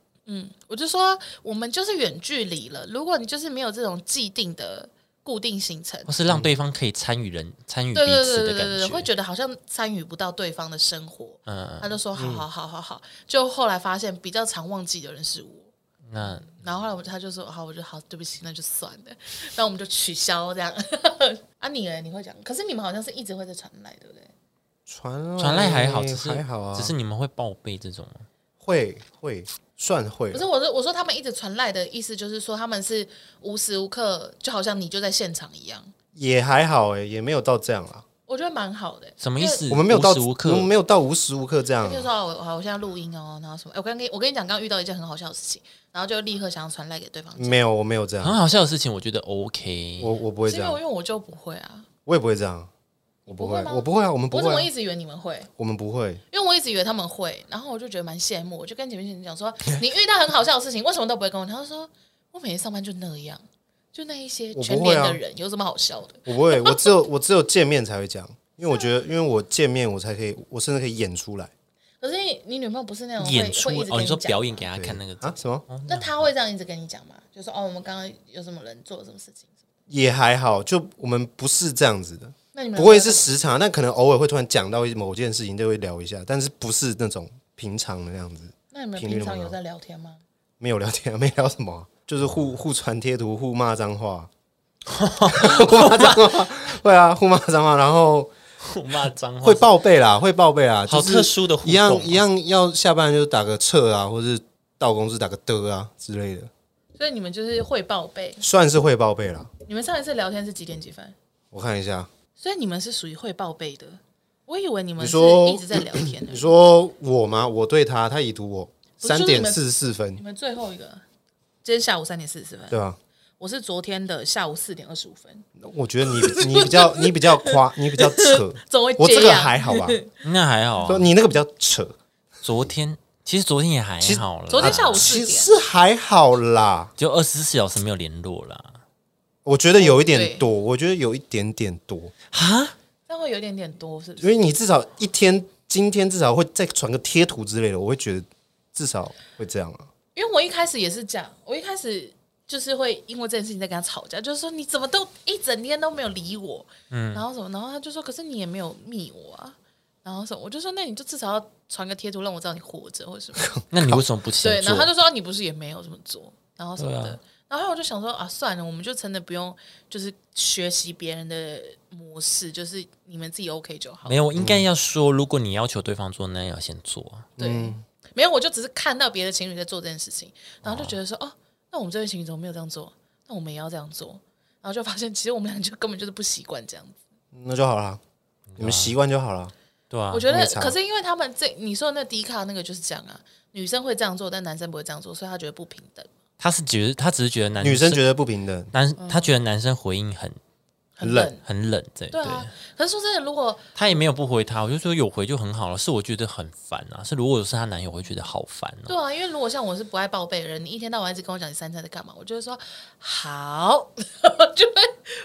Speaker 2: 我就说我们就是远距离了。如果你就是没有这种既定的固定行程，
Speaker 1: 或是
Speaker 3: 嗯
Speaker 1: 让对方可以参与人参与彼
Speaker 2: 对对
Speaker 1: 此
Speaker 2: 对
Speaker 1: 的
Speaker 2: 对对对，
Speaker 1: 感
Speaker 2: 会
Speaker 1: 觉，
Speaker 2: 觉得好像参与不到对方的生活。
Speaker 1: 嗯，
Speaker 2: 他就说好好好好好，就后来发现比较常忘记的人是我，
Speaker 1: 那
Speaker 2: 然后后来我他就说好，我就好，对不起，那就算了，那我们就取消这样。啊你，嘞，你会讲，可是你们好像是一直会在传来，对不对？
Speaker 3: 传
Speaker 1: 传来还好，只是
Speaker 3: 还好啊，
Speaker 1: 只是你们会报备这种吗，
Speaker 3: 会会算会
Speaker 2: 不是，
Speaker 3: 啦，
Speaker 2: 我说我说他们一直传来的意思就是说他们是无时无刻就好像你就在现场一样，
Speaker 3: 也还好哎，也没有到这样啦。
Speaker 2: 我觉得蛮好的、
Speaker 1: 什么意思？
Speaker 3: 我们没有到
Speaker 1: 无时无刻
Speaker 3: 我们没有到无时无刻这样啊
Speaker 2: 就，是说我好，我现在录音哦，然后什么？哎我刚跟我跟你讲，刚刚遇到一件很好笑的事情，然后就立刻想要传来给对方讲，
Speaker 3: 没有我没有这
Speaker 1: 很
Speaker 3: 样，
Speaker 1: 好笑的事情，我觉得 OK。
Speaker 3: 我我不会
Speaker 2: 是
Speaker 3: 这
Speaker 2: 因为
Speaker 3: 样
Speaker 2: 我，因为我就不会啊，
Speaker 3: 我也不会这样，我不
Speaker 2: 不会
Speaker 3: 会，
Speaker 2: 吗
Speaker 3: 我不会啊，我们不
Speaker 2: 我怎么
Speaker 3: 会
Speaker 2: 一
Speaker 3: 啊，
Speaker 2: 直以为你们会？
Speaker 3: 我们不会，
Speaker 2: 因为我一直以为他们会，然后我就觉得蛮羡慕，我就跟前面讲 说，你遇到很好笑的事情，为什么都不会跟我？他就说，我每天上班就那样，就那一些
Speaker 3: 我不
Speaker 2: 全
Speaker 3: 会
Speaker 2: 脸
Speaker 3: 啊
Speaker 2: 的人，有什么好笑的？
Speaker 3: 我不会，我只有 我只有见面才会讲，因为我觉得，因为我见面我才可以，我甚至可以演出来
Speaker 2: 可是你你女朋友不是那种会
Speaker 1: 演出
Speaker 2: 会一直跟
Speaker 1: 哦，你说
Speaker 2: 讲
Speaker 1: 表演给他
Speaker 3: 对
Speaker 1: 看那个
Speaker 3: 啊什么
Speaker 2: 那他会这样一直跟你讲吗？就说哦，我们刚刚有什么人做了什么事情？
Speaker 3: 也还好，就我们不是这样子的，
Speaker 2: 那你们
Speaker 3: 不会是时常，但可能偶尔会突然讲到某件事情就会聊一下，但是不是那种平常的那样子，
Speaker 2: 那你们
Speaker 3: 频率
Speaker 2: 平
Speaker 3: 那么
Speaker 2: 常有
Speaker 3: 高
Speaker 2: 在聊天吗？
Speaker 3: 没有聊天、啊，没 聊什么啊、就是互互传贴图，互骂 脏话，互骂脏话，会啊，互骂脏话，然后
Speaker 1: 我骂脏话，
Speaker 3: 会报备啦，会报备啦，
Speaker 1: 好
Speaker 3: 就是
Speaker 1: 特殊的互动
Speaker 3: 一样
Speaker 1: 哦
Speaker 3: 一样要下班就打个撤啊，或是到公司打个的啊之类的，
Speaker 2: 所以你们就是会报备。
Speaker 3: 算是会报备啦。
Speaker 2: 你们上一次聊天是几点几分？
Speaker 3: 我看一下，
Speaker 2: 所以你们是属于会报备的。我以为你们
Speaker 3: 你
Speaker 2: 是
Speaker 3: 说
Speaker 2: 一直在聊天的
Speaker 3: 你。说我吗？我对他，他已读我
Speaker 2: 不是
Speaker 3: 三
Speaker 2: 就是你
Speaker 3: 点
Speaker 2: 们
Speaker 3: 四十四分
Speaker 2: 你，们最后一个，今天下午三点四十分。
Speaker 3: 对吧？
Speaker 2: 我是昨天的下午四点二十五分，
Speaker 3: 我觉得你你比 较你比较夸，你比较扯，
Speaker 2: 怎么会
Speaker 3: 我这
Speaker 2: 这
Speaker 3: 个
Speaker 2: 样
Speaker 3: 还好吧？
Speaker 1: 那还好
Speaker 3: 说
Speaker 1: 啊。
Speaker 3: 你那个比较扯，
Speaker 1: 昨天其实昨天也还好啦，啊
Speaker 2: 昨天下午四
Speaker 3: 其
Speaker 2: 点，
Speaker 3: 实还好啦。
Speaker 1: 就二十四小时没有联络啦。
Speaker 3: 我觉得有一
Speaker 2: 哦对
Speaker 3: 点多，我觉得有一点点多，
Speaker 1: 哈，
Speaker 2: 这样会有点点多，是不
Speaker 3: 因
Speaker 2: 是？
Speaker 3: 为你至少一天，今天至少会再传个贴图之类的，我会觉得至少会这样啊。
Speaker 2: 因为我一开始也是这样，我一开始就是会因为这件事情在跟他吵架，就是说你怎么都一整天都没有理我，
Speaker 3: 嗯
Speaker 2: 然后什么，然后他就说，可是你也没有密我啊，然后什么，我就说那你就至少要传个贴图让我知道你活着或什么，
Speaker 1: 那你为什么不先
Speaker 2: 对，然
Speaker 1: 做
Speaker 2: 后他？就说、啊你不是也没有这么做，然后什么
Speaker 1: 对
Speaker 2: 的，
Speaker 1: 啊
Speaker 2: 然后我就想说啊，算了，我们就真的不用就是学习别人的模式，就是你们自己 OK 就好
Speaker 1: 没。有，我应该要说，如果你要求对方做，那要先做啊。
Speaker 2: 对，没有，我就只是看到别的情侣在做这件事情，然后就觉得说，哦，那我们这对情侣怎么没有这样做？那我们也要这样做，然后就发现其实我们俩就根本就是不习惯这样子。
Speaker 3: 那就好啦，你们习惯就好啦。
Speaker 1: 对啊
Speaker 2: 我，觉得
Speaker 3: 没，差
Speaker 2: 可是因为他们这你说的那迪卡那个就是这样啊，女生会这样做，但男生不会这样做，所以他觉得不平等，
Speaker 1: 他是觉得他只是觉得男
Speaker 3: 女生
Speaker 1: 得
Speaker 3: 觉得不平等，
Speaker 2: 嗯
Speaker 1: 男他觉得男生回应很
Speaker 2: 很
Speaker 3: 冷
Speaker 2: 冷。
Speaker 1: 很冷，对
Speaker 2: 对啊，可是说真的，如果
Speaker 1: 他也没有不回他，我就说有回就很好了。是我觉得很烦啊，是如果是她男友，我会觉得好烦啊。
Speaker 2: 对啊，因为如果像我是不爱报备的人，你一天到晚一直跟我讲你三餐在干嘛，我就会说好， 我就会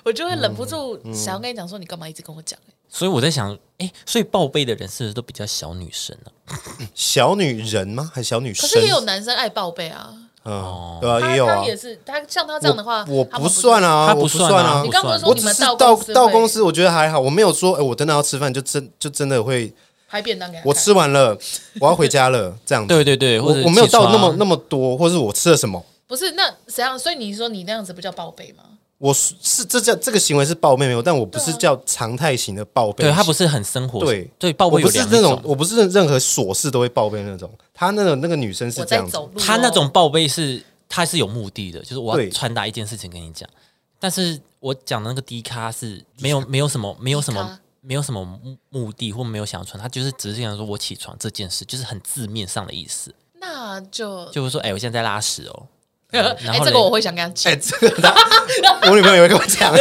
Speaker 2: 我就会忍不住
Speaker 3: 嗯
Speaker 2: 想要跟你讲说你干嘛一直跟我讲、欸
Speaker 1: 所以我在想，哎，所以报备的人是不是都比较小女生啊？
Speaker 3: 小女人吗？还是小女
Speaker 2: 可是
Speaker 3: 生
Speaker 2: 也？有男生爱报备啊，
Speaker 3: 嗯，对啊，也有
Speaker 2: 他
Speaker 3: 啊
Speaker 2: 他。也是，他像他这样的话，
Speaker 3: 我
Speaker 2: 他
Speaker 3: 不算啊，
Speaker 1: 他
Speaker 3: 我
Speaker 1: 不
Speaker 3: 算
Speaker 1: 算啊
Speaker 2: 你刚不是说
Speaker 3: 我
Speaker 2: 你
Speaker 3: 只
Speaker 2: 们
Speaker 3: 是
Speaker 2: 到
Speaker 3: 到
Speaker 2: 公司
Speaker 3: 到
Speaker 2: 会
Speaker 3: 公司，我觉得还好，我没有说，哎，我等等要吃饭，就真就真的会，
Speaker 2: 拍便当 给他看，
Speaker 3: 我吃完了，我要回家了，这样子。
Speaker 1: 对对对，或者啊
Speaker 3: 我我没有到那么那
Speaker 1: 么
Speaker 3: 么多，或是我吃了什么，
Speaker 2: 不是那怎样？所以你说你那样子不叫报备吗？
Speaker 3: 我是是这叫这个行为是报备没有，但我不是叫常态型的报备，
Speaker 1: 对他不是很生活，
Speaker 3: 对
Speaker 1: 对，报
Speaker 3: 我
Speaker 1: 备有
Speaker 3: 不是
Speaker 1: 两
Speaker 3: 那
Speaker 1: 种
Speaker 3: 种，，我不是任何琐事都会报备那种。他那个那个女生是
Speaker 2: 我
Speaker 3: 这
Speaker 2: 在
Speaker 3: 样子
Speaker 2: 走，路哦，
Speaker 1: 他那种报备是他是有目的的，就是我要
Speaker 3: 对
Speaker 1: 传达一件事情跟你讲，但是我讲的那个低咖是没有没有什么没有什
Speaker 2: 低
Speaker 1: 么
Speaker 2: 咖
Speaker 1: 没有什么目目的或没有想要传，他就是只是想说我起床这件事，就是很字面上的意思，
Speaker 2: 那就
Speaker 1: 就是说哎、我现在在拉屎 哦，然
Speaker 2: 哎，
Speaker 1: 后
Speaker 2: 这
Speaker 1: 嘞
Speaker 2: 个我会想跟他
Speaker 3: 哎、
Speaker 2: 讲，
Speaker 3: 这个他，我女朋友也会跟我讲，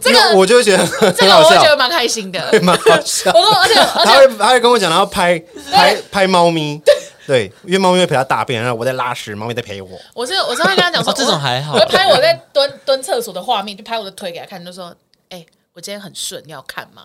Speaker 3: 这个我就会觉得
Speaker 2: 这
Speaker 3: 很
Speaker 2: 个我
Speaker 3: 好
Speaker 2: 会觉
Speaker 3: 笑
Speaker 2: 得，蛮开心的。
Speaker 3: 对，蛮好
Speaker 2: 我
Speaker 3: 笑。
Speaker 2: 跟而且而
Speaker 3: 他
Speaker 2: 且
Speaker 3: 会他会跟我讲，然后拍拍拍猫咪，对，因为猫咪会陪它大便，然后我在拉屎，猫咪在陪我。
Speaker 2: 我是我是会跟他讲说，
Speaker 1: 哦这种还好
Speaker 2: 我会拍我在蹲蹲厕所的画面，就拍我的腿给他看，就说，哎。我今天很顺，你要看吗？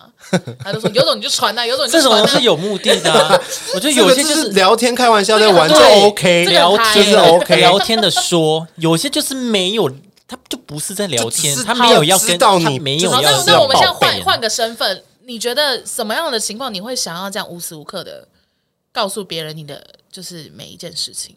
Speaker 2: 他就说有种你就传呐、有种你就
Speaker 1: 这种
Speaker 2: 传、啊。
Speaker 1: 人是有目的的、 啊，我觉得有
Speaker 3: 这
Speaker 1: 些
Speaker 3: 个
Speaker 1: 就
Speaker 3: 就是
Speaker 1: 是
Speaker 3: 聊天开玩笑在玩就
Speaker 1: 这个对
Speaker 3: OK，
Speaker 2: 这个
Speaker 1: 聊
Speaker 2: 很
Speaker 1: 天
Speaker 3: 就是
Speaker 1: 的
Speaker 3: OK
Speaker 1: 聊天 的说，有些就是没有，他就不是在聊
Speaker 3: 就只
Speaker 1: 天，
Speaker 3: 是
Speaker 1: 他没有要
Speaker 3: 他
Speaker 1: 跟，
Speaker 3: 知道
Speaker 1: 他
Speaker 3: 你
Speaker 1: 没有
Speaker 2: 好，
Speaker 3: 就是
Speaker 2: 那
Speaker 1: 要
Speaker 3: 这
Speaker 2: 那
Speaker 3: 样
Speaker 2: 我们现在
Speaker 1: 报备
Speaker 2: 换换个身份，你觉得什么样的情况你会想要这样无时无刻的告诉别人你的就是每一件事情？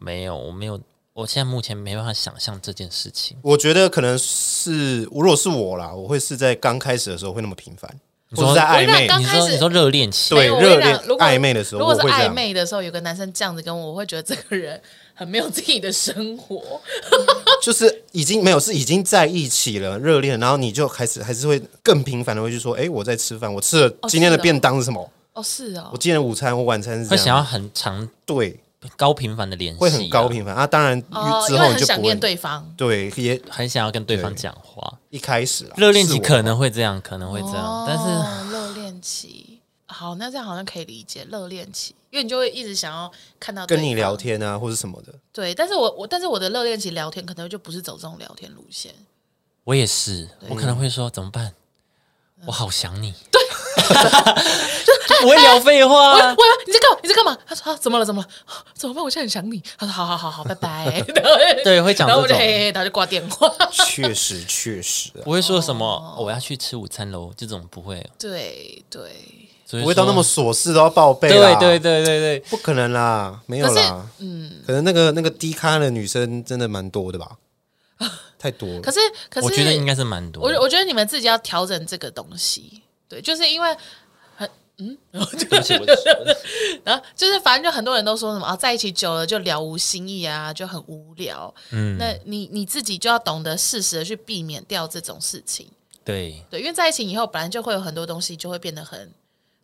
Speaker 1: 没有，我没有，我现在目前没办法想象这件事情。
Speaker 3: 我觉得可能是，如果是我啦，我会是在刚开始的时候会那么频繁，
Speaker 1: 说
Speaker 3: 或者在暧
Speaker 2: 我跟你
Speaker 3: 昧
Speaker 2: 讲，刚
Speaker 1: 你
Speaker 2: 开
Speaker 1: 说
Speaker 2: 始
Speaker 1: 你说热恋期，
Speaker 3: 对
Speaker 2: 没有我跟
Speaker 3: 热
Speaker 2: 你
Speaker 3: 恋
Speaker 2: 讲如果
Speaker 3: 暧昧的时候
Speaker 2: 如果是
Speaker 3: 我会这
Speaker 2: 暧
Speaker 3: 样
Speaker 2: 昧的时候，有个男生这样子跟我，我会觉得这个人很没有自己的生活。
Speaker 3: 就是已经没有是已经在一起了，热恋，然后你就开始还是会更频繁的会去说，哎，我在吃饭，我吃了今天的
Speaker 2: 是哦
Speaker 3: 便当是什么？
Speaker 2: 哦，是哦
Speaker 3: 我，今天的午餐或晚餐是
Speaker 1: 会
Speaker 3: 这
Speaker 1: 想要
Speaker 3: 样，
Speaker 1: 很长、
Speaker 3: 对，
Speaker 1: 高频繁的联系、
Speaker 3: 会很高，频繁啊。当然
Speaker 2: 哦，
Speaker 3: 之
Speaker 2: 因
Speaker 3: 后
Speaker 2: 为
Speaker 3: 你
Speaker 2: 很
Speaker 3: 就
Speaker 2: 想
Speaker 3: 不会
Speaker 2: 念对方。
Speaker 3: 对，也
Speaker 1: 啊很想要跟对方
Speaker 3: 对
Speaker 1: 讲话。
Speaker 3: 一开始啦
Speaker 1: 热恋期
Speaker 3: 是我
Speaker 1: 可能会这样，可能会这样，但是
Speaker 2: 哦热恋期，好，那这样好像可以理解热恋期，因为你就会一直想要看到
Speaker 3: 跟
Speaker 2: 对
Speaker 3: 你
Speaker 2: 方
Speaker 3: 聊天啊，或是什么的，
Speaker 2: 对，但是我我但是我的热恋期聊天可能就不是走这种聊天路 线，
Speaker 1: 我也是，我可能会说怎么
Speaker 3: 嗯
Speaker 1: 办？我好想你。 对，我会聊废
Speaker 2: 我
Speaker 1: 话
Speaker 2: 我
Speaker 1: 啊。
Speaker 2: 你在干嘛？你在干嘛？他说啊，怎么了？怎么了？ 啊怎么办？我现在很想你。他说好好好好，拜 拜。对，
Speaker 1: 对，会讲
Speaker 2: 然后
Speaker 1: 这
Speaker 2: 我就
Speaker 1: 种
Speaker 2: 嘿，嘿嘿，他就挂电话。
Speaker 3: 确实确实啊，
Speaker 1: 不会说什么、哦我要去吃午餐喽，这种不会。
Speaker 2: 对对，
Speaker 1: 所以
Speaker 3: 不会到那么啊
Speaker 1: 说
Speaker 3: 琐事都要报备
Speaker 1: 对
Speaker 3: 啦，
Speaker 1: 对对对对，
Speaker 3: 不可能啦，没有
Speaker 2: 可是
Speaker 3: 啦，嗯，可能那个那个低咖的女生真的蛮多 的吧，太多了
Speaker 2: 可。是可是
Speaker 1: 我觉得应该是蛮多
Speaker 2: 我
Speaker 1: 的。
Speaker 2: 我觉得你们自己要调整这个东西，对，就是因为很嗯，
Speaker 1: 对不起 我
Speaker 2: 然后就是反正就很多人都说什么啊，在一起久了就了无新意啊，就很无聊。
Speaker 1: 嗯，
Speaker 2: 那你你自己就要懂得适时的去避免掉这种事情，
Speaker 1: 对，
Speaker 2: 对，因为在一起以后本来就会有很多东西就会变得很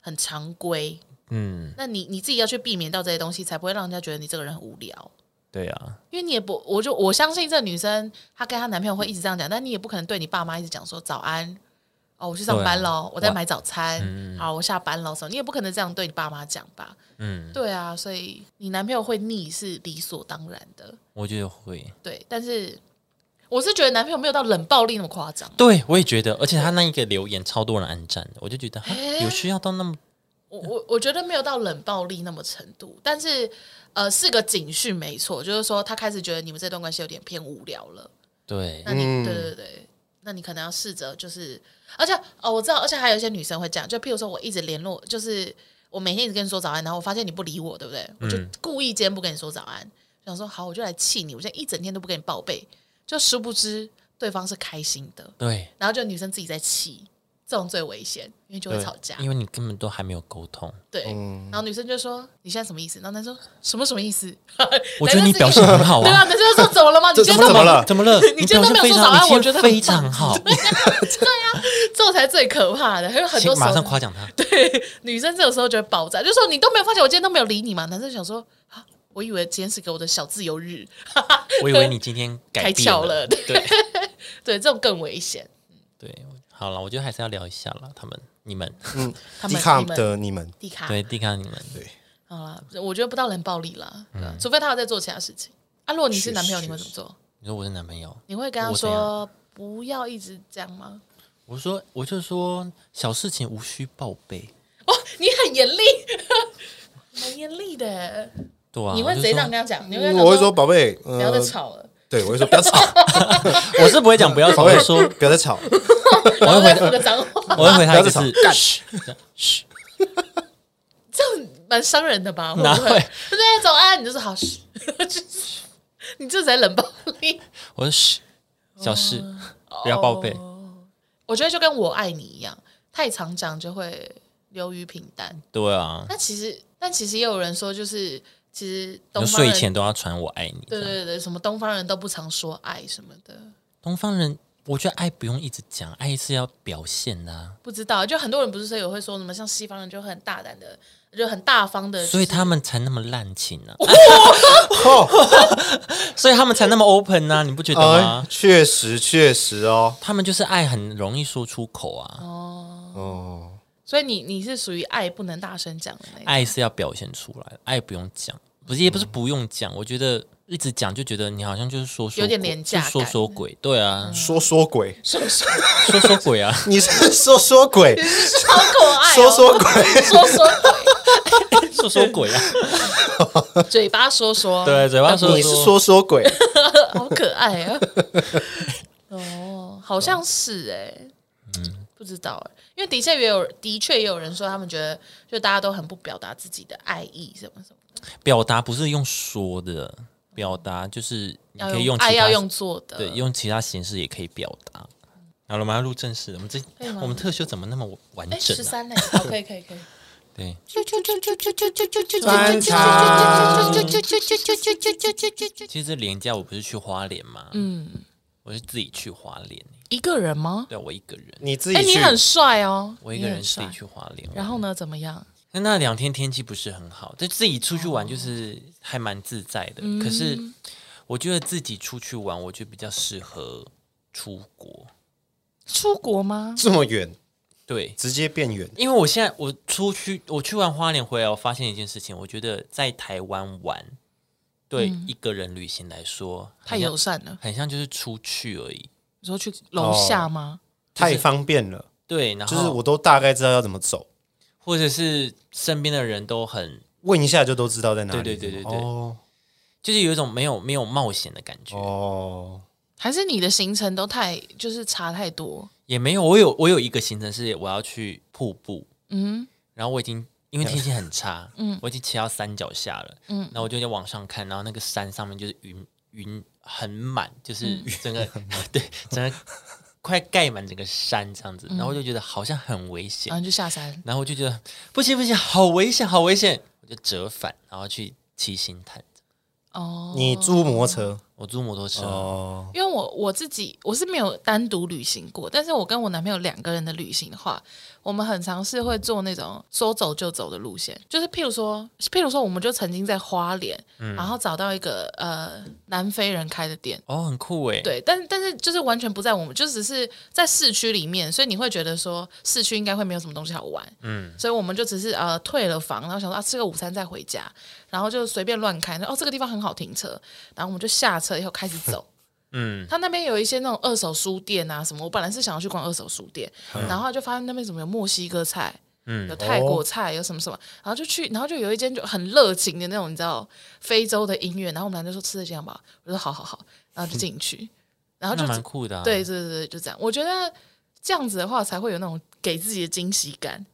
Speaker 2: 很常规，
Speaker 1: 嗯，
Speaker 2: 那你你自己要去避免掉这些东西，才不会让人家觉得你这个人很无聊。
Speaker 1: 对啊，
Speaker 2: 因为你也不，我就我相信这女生她跟她男朋友会一直这样讲，但你也不可能对你爸妈一直讲说早安，哦，我去上班
Speaker 1: 对啊
Speaker 2: 喽，我在买早餐，好，我下班喽什么，你也不可能这样对你爸妈讲吧？
Speaker 1: 嗯，
Speaker 2: 对啊，所以你男朋友会腻是理所当然的，
Speaker 1: 我觉得会。
Speaker 2: 对，但是我是觉得男朋友没有到冷暴力那么夸张，
Speaker 1: 对，我也觉得，而且他那一个留言超多人按赞的，我就觉得哈有需要到那么
Speaker 2: 我我我觉得没有到冷暴力那么程度，但是呃是个警讯没错，就是说他开始觉得你们这段关系有点偏无聊了。
Speaker 1: 对
Speaker 2: 那你、
Speaker 3: 嗯
Speaker 2: 对对对，那你可能要试着就是，而且哦，我知道，而且还有一些女生会这样，就譬如说我一直联络，就是我每天一直跟你说早安，然后我发现你不理我，对不对？我就
Speaker 1: 嗯
Speaker 2: 故意今天不跟你说早安，想说好，我就来气你，我现在一整天都不跟你报备，就殊不知对方是开心的，
Speaker 1: 对，
Speaker 2: 然后就女生自己在气，这种最危险，因为就会
Speaker 3: 对
Speaker 2: 吵架。
Speaker 1: 因为嗯你根本都还没有沟通。
Speaker 2: 对，然后女生就说你现在什么意思？然后男生说什么什么意思？
Speaker 1: 我觉得你表现很好
Speaker 2: 对啊，
Speaker 1: 啊，
Speaker 2: 男生就说怎么了吗？你
Speaker 3: 这
Speaker 2: 今天
Speaker 3: 怎么
Speaker 2: 都
Speaker 3: 怎么了
Speaker 1: 怎么了？
Speaker 2: 你
Speaker 1: 你
Speaker 2: 今天
Speaker 1: 表现
Speaker 2: 都没有
Speaker 1: 非常
Speaker 2: 说早安
Speaker 1: 好，你
Speaker 2: 我
Speaker 1: 今
Speaker 2: 觉得
Speaker 1: 天
Speaker 2: 很
Speaker 1: 非
Speaker 2: 棒
Speaker 1: 常好，
Speaker 2: 这种才最可怕的，还有
Speaker 1: 请
Speaker 2: 很多时候
Speaker 1: 马上夸奖他。
Speaker 2: 对，女生这个时候就会爆炸，就说你都没有发现我今天都没有理你嘛？男生想说啊，我以为今天是给我的小自由日，
Speaker 1: 我以为你今天改
Speaker 2: 开
Speaker 1: 变
Speaker 2: 窍
Speaker 1: 了
Speaker 2: 了，
Speaker 1: 对
Speaker 2: 对，这种更危险。
Speaker 1: 对，好了，我觉得还是要聊一下啦，他们你们
Speaker 3: 嗯，
Speaker 2: 他
Speaker 3: 低
Speaker 2: 们
Speaker 3: 咖
Speaker 2: 你们
Speaker 3: 的你们，
Speaker 2: 迪卡，
Speaker 1: 对，迪卡你们
Speaker 2: 好啦，我觉得不到冷暴力啦，对啊除非他有在做其他事情。啊，如果你是
Speaker 3: 确
Speaker 2: 男朋友，
Speaker 3: 实
Speaker 2: 你会怎么做？
Speaker 1: 你嗯说我是男朋友，
Speaker 2: 你会跟他
Speaker 1: 我怎样
Speaker 2: 说不要一直这样吗？
Speaker 1: 我说我就说小事情无需报备，
Speaker 2: 哦，你很严厉，蛮严厉的。
Speaker 1: 对啊，
Speaker 2: 你会
Speaker 1: 我就
Speaker 2: 直接这
Speaker 1: 说
Speaker 2: 样跟他讲，你会跟他
Speaker 3: 嗯我会
Speaker 2: 讲
Speaker 3: 说宝贝，
Speaker 2: 不要再
Speaker 3: 呃，
Speaker 2: 吵了，
Speaker 3: 对，我会说不 要吵，
Speaker 1: 我是不会讲不 要吵，
Speaker 3: 宝
Speaker 1: 我
Speaker 3: 贝
Speaker 1: 会说，
Speaker 3: 不要再吵，
Speaker 1: 我
Speaker 2: 然
Speaker 1: 会
Speaker 2: 后再
Speaker 1: 回
Speaker 2: 说个脏话，
Speaker 1: 我会回他一个
Speaker 3: 不要
Speaker 1: 是
Speaker 3: 再
Speaker 1: 嘘，嘘，
Speaker 2: 蛮伤人的吧？会
Speaker 1: 哪
Speaker 2: 不
Speaker 1: 会
Speaker 2: 会？对，走啊，你就是好事， 就是你这才冷暴力。
Speaker 1: 我说嘘，小事，
Speaker 2: 哦
Speaker 1: 不要报备。
Speaker 2: 我觉得就跟我爱你一样，太常讲就会流于平淡。
Speaker 1: 对啊，
Speaker 2: 但其实，但其实也有人说，就是其实
Speaker 1: 就
Speaker 2: 东方
Speaker 1: 睡
Speaker 2: 人，
Speaker 1: 前都要传我爱你。
Speaker 2: 对对对，什么东方人都不常说爱什么的，
Speaker 1: 东方人，我觉得爱不用一直讲，爱是要表现的啊、
Speaker 2: 不知道。就很多人不是说有会说什么，像西方人就很大胆的，就很大方的，
Speaker 1: 所以
Speaker 2: 就是
Speaker 1: 他们才那么滥情呢、啊 所以他们才那么 open 呢、你不觉得
Speaker 3: 啊
Speaker 1: 吗？，
Speaker 3: 确实确实哦，
Speaker 1: 他们就是爱很容易说出口啊，
Speaker 3: 哦，
Speaker 2: 所以你你是属于爱不能大声讲的那种。
Speaker 1: 爱是要表现出来，爱不用讲，不是也不是不用讲，我觉得一直讲就觉得你好像就是说说
Speaker 2: 有点
Speaker 1: 鬼
Speaker 2: 廉价
Speaker 1: 就说
Speaker 2: 感
Speaker 1: 说鬼，对啊，
Speaker 3: 说说鬼，
Speaker 1: 说说鬼啊，
Speaker 3: 你是说说鬼，
Speaker 2: 好可爱、哦，
Speaker 3: 说说鬼，
Speaker 2: 说说鬼，
Speaker 1: 说说鬼啊，
Speaker 2: 嘴巴说说，
Speaker 1: 对，嘴巴说
Speaker 3: 你是说 说鬼，
Speaker 2: 好可爱啊！哦，好像是哎、嗯，不知道哎、因为的确也有，的确也有人说他们觉得，就大家都很不表达自己的爱意，什么什么，
Speaker 1: 表达不是用说的，表达就是你
Speaker 2: 要
Speaker 1: 可以用
Speaker 2: 爱
Speaker 1: 其
Speaker 2: 要
Speaker 1: 他
Speaker 2: 用做的，
Speaker 1: 对，用其他形式也可以表达。好了，我们要录正式了，我们这
Speaker 2: 以吗
Speaker 1: 我们特修怎么那么完
Speaker 2: 哎，
Speaker 1: 整
Speaker 2: 十
Speaker 1: 啊？
Speaker 2: 三呢？好，可以可以可以，
Speaker 1: 对，
Speaker 3: 专场
Speaker 1: 其实这廉假我不是去花莲吗？嗯，我是自己去花莲，
Speaker 2: 一个人吗？
Speaker 1: 对我一个人，
Speaker 3: 你自
Speaker 2: 哎，
Speaker 3: 己
Speaker 2: 你
Speaker 3: 去，
Speaker 2: 很帅哦，
Speaker 1: 我一个人
Speaker 2: 你很
Speaker 1: 自己
Speaker 2: 帅。
Speaker 1: 去花莲。
Speaker 2: 然后呢？怎么样？
Speaker 1: 那那两天天气不是很好，就自己出去玩就是还蛮自在的。可是我觉得自己出去玩，我觉得比较适合出国。
Speaker 2: 出国吗？
Speaker 3: 这么远，
Speaker 1: 对，
Speaker 3: 直接变远，
Speaker 1: 因为我现在我出去，我去完花莲回来，我发现一件事情，我觉得在台湾玩，对一个人旅行来说，
Speaker 2: 太
Speaker 1: 很像
Speaker 2: 友善了。
Speaker 1: 很像就是出去而已。
Speaker 2: 你说去楼下吗？
Speaker 3: 太方便了，
Speaker 1: 对，然后
Speaker 3: 就是我都大概知道要怎么走，
Speaker 1: 或者是身边的人都很，
Speaker 3: 问一下就都知道在哪里，
Speaker 1: 对对对对对
Speaker 3: 哦
Speaker 1: 就是有一种没有没有冒险的感觉，
Speaker 3: 哦，
Speaker 2: 还是你的行程都太就是差太多？
Speaker 1: 也没有。我有我有一个行程是我要去瀑布，
Speaker 2: 嗯，
Speaker 1: 然后我已经因为天气很差，嗯，我已经骑到山脚下了，嗯，然后我就在往上看，然后那个山上面就是云云很满，就是
Speaker 2: 嗯
Speaker 1: 整个、对整个快盖满整个山这样
Speaker 2: 嗯
Speaker 1: 子，然后我就觉得好像很危险，
Speaker 2: 然后就下山。
Speaker 1: 然后我就觉得不行不行，好危险好危险，我就折返，然后去骑行探。
Speaker 2: 哦，
Speaker 3: 你租摩托车
Speaker 1: 我租摩托车，
Speaker 3: 哦，
Speaker 2: 因为我我自己我是没有单独旅行过，但是我跟我男朋友两个人的旅行的话，我们很尝试会做那种说走就走的路线，就是譬如说，譬如说，我们就曾经在花莲，然后找到一个呃南非人开的店。
Speaker 1: 哦，很酷哎，，
Speaker 2: 对，但但是就是完全不在我们，就只是在市区里面，所以你会觉得说市区应该会没有什么东西好玩，嗯，所以我们就只是呃退了房，然后想说啊吃个午餐再回家，然后就随便乱开，哦这个地方很好停车，然后我们就下车以后开始走，
Speaker 1: 嗯，
Speaker 2: 他那边有一些那种二手书店啊什么，我本来是想要去逛二手书店，然后就发现那边怎么有墨西哥菜，嗯，有泰国菜，有什么什么，然后就去，然后就有一间就很热情的那种，你知道非洲的音乐，然后我们俩就说吃的这样吧，我说好好好，然后就进去，然后就
Speaker 1: 那蛮酷的、啊，
Speaker 2: 对对，对对，就这样，我觉得这样子的话才会有那种给自己的惊喜感，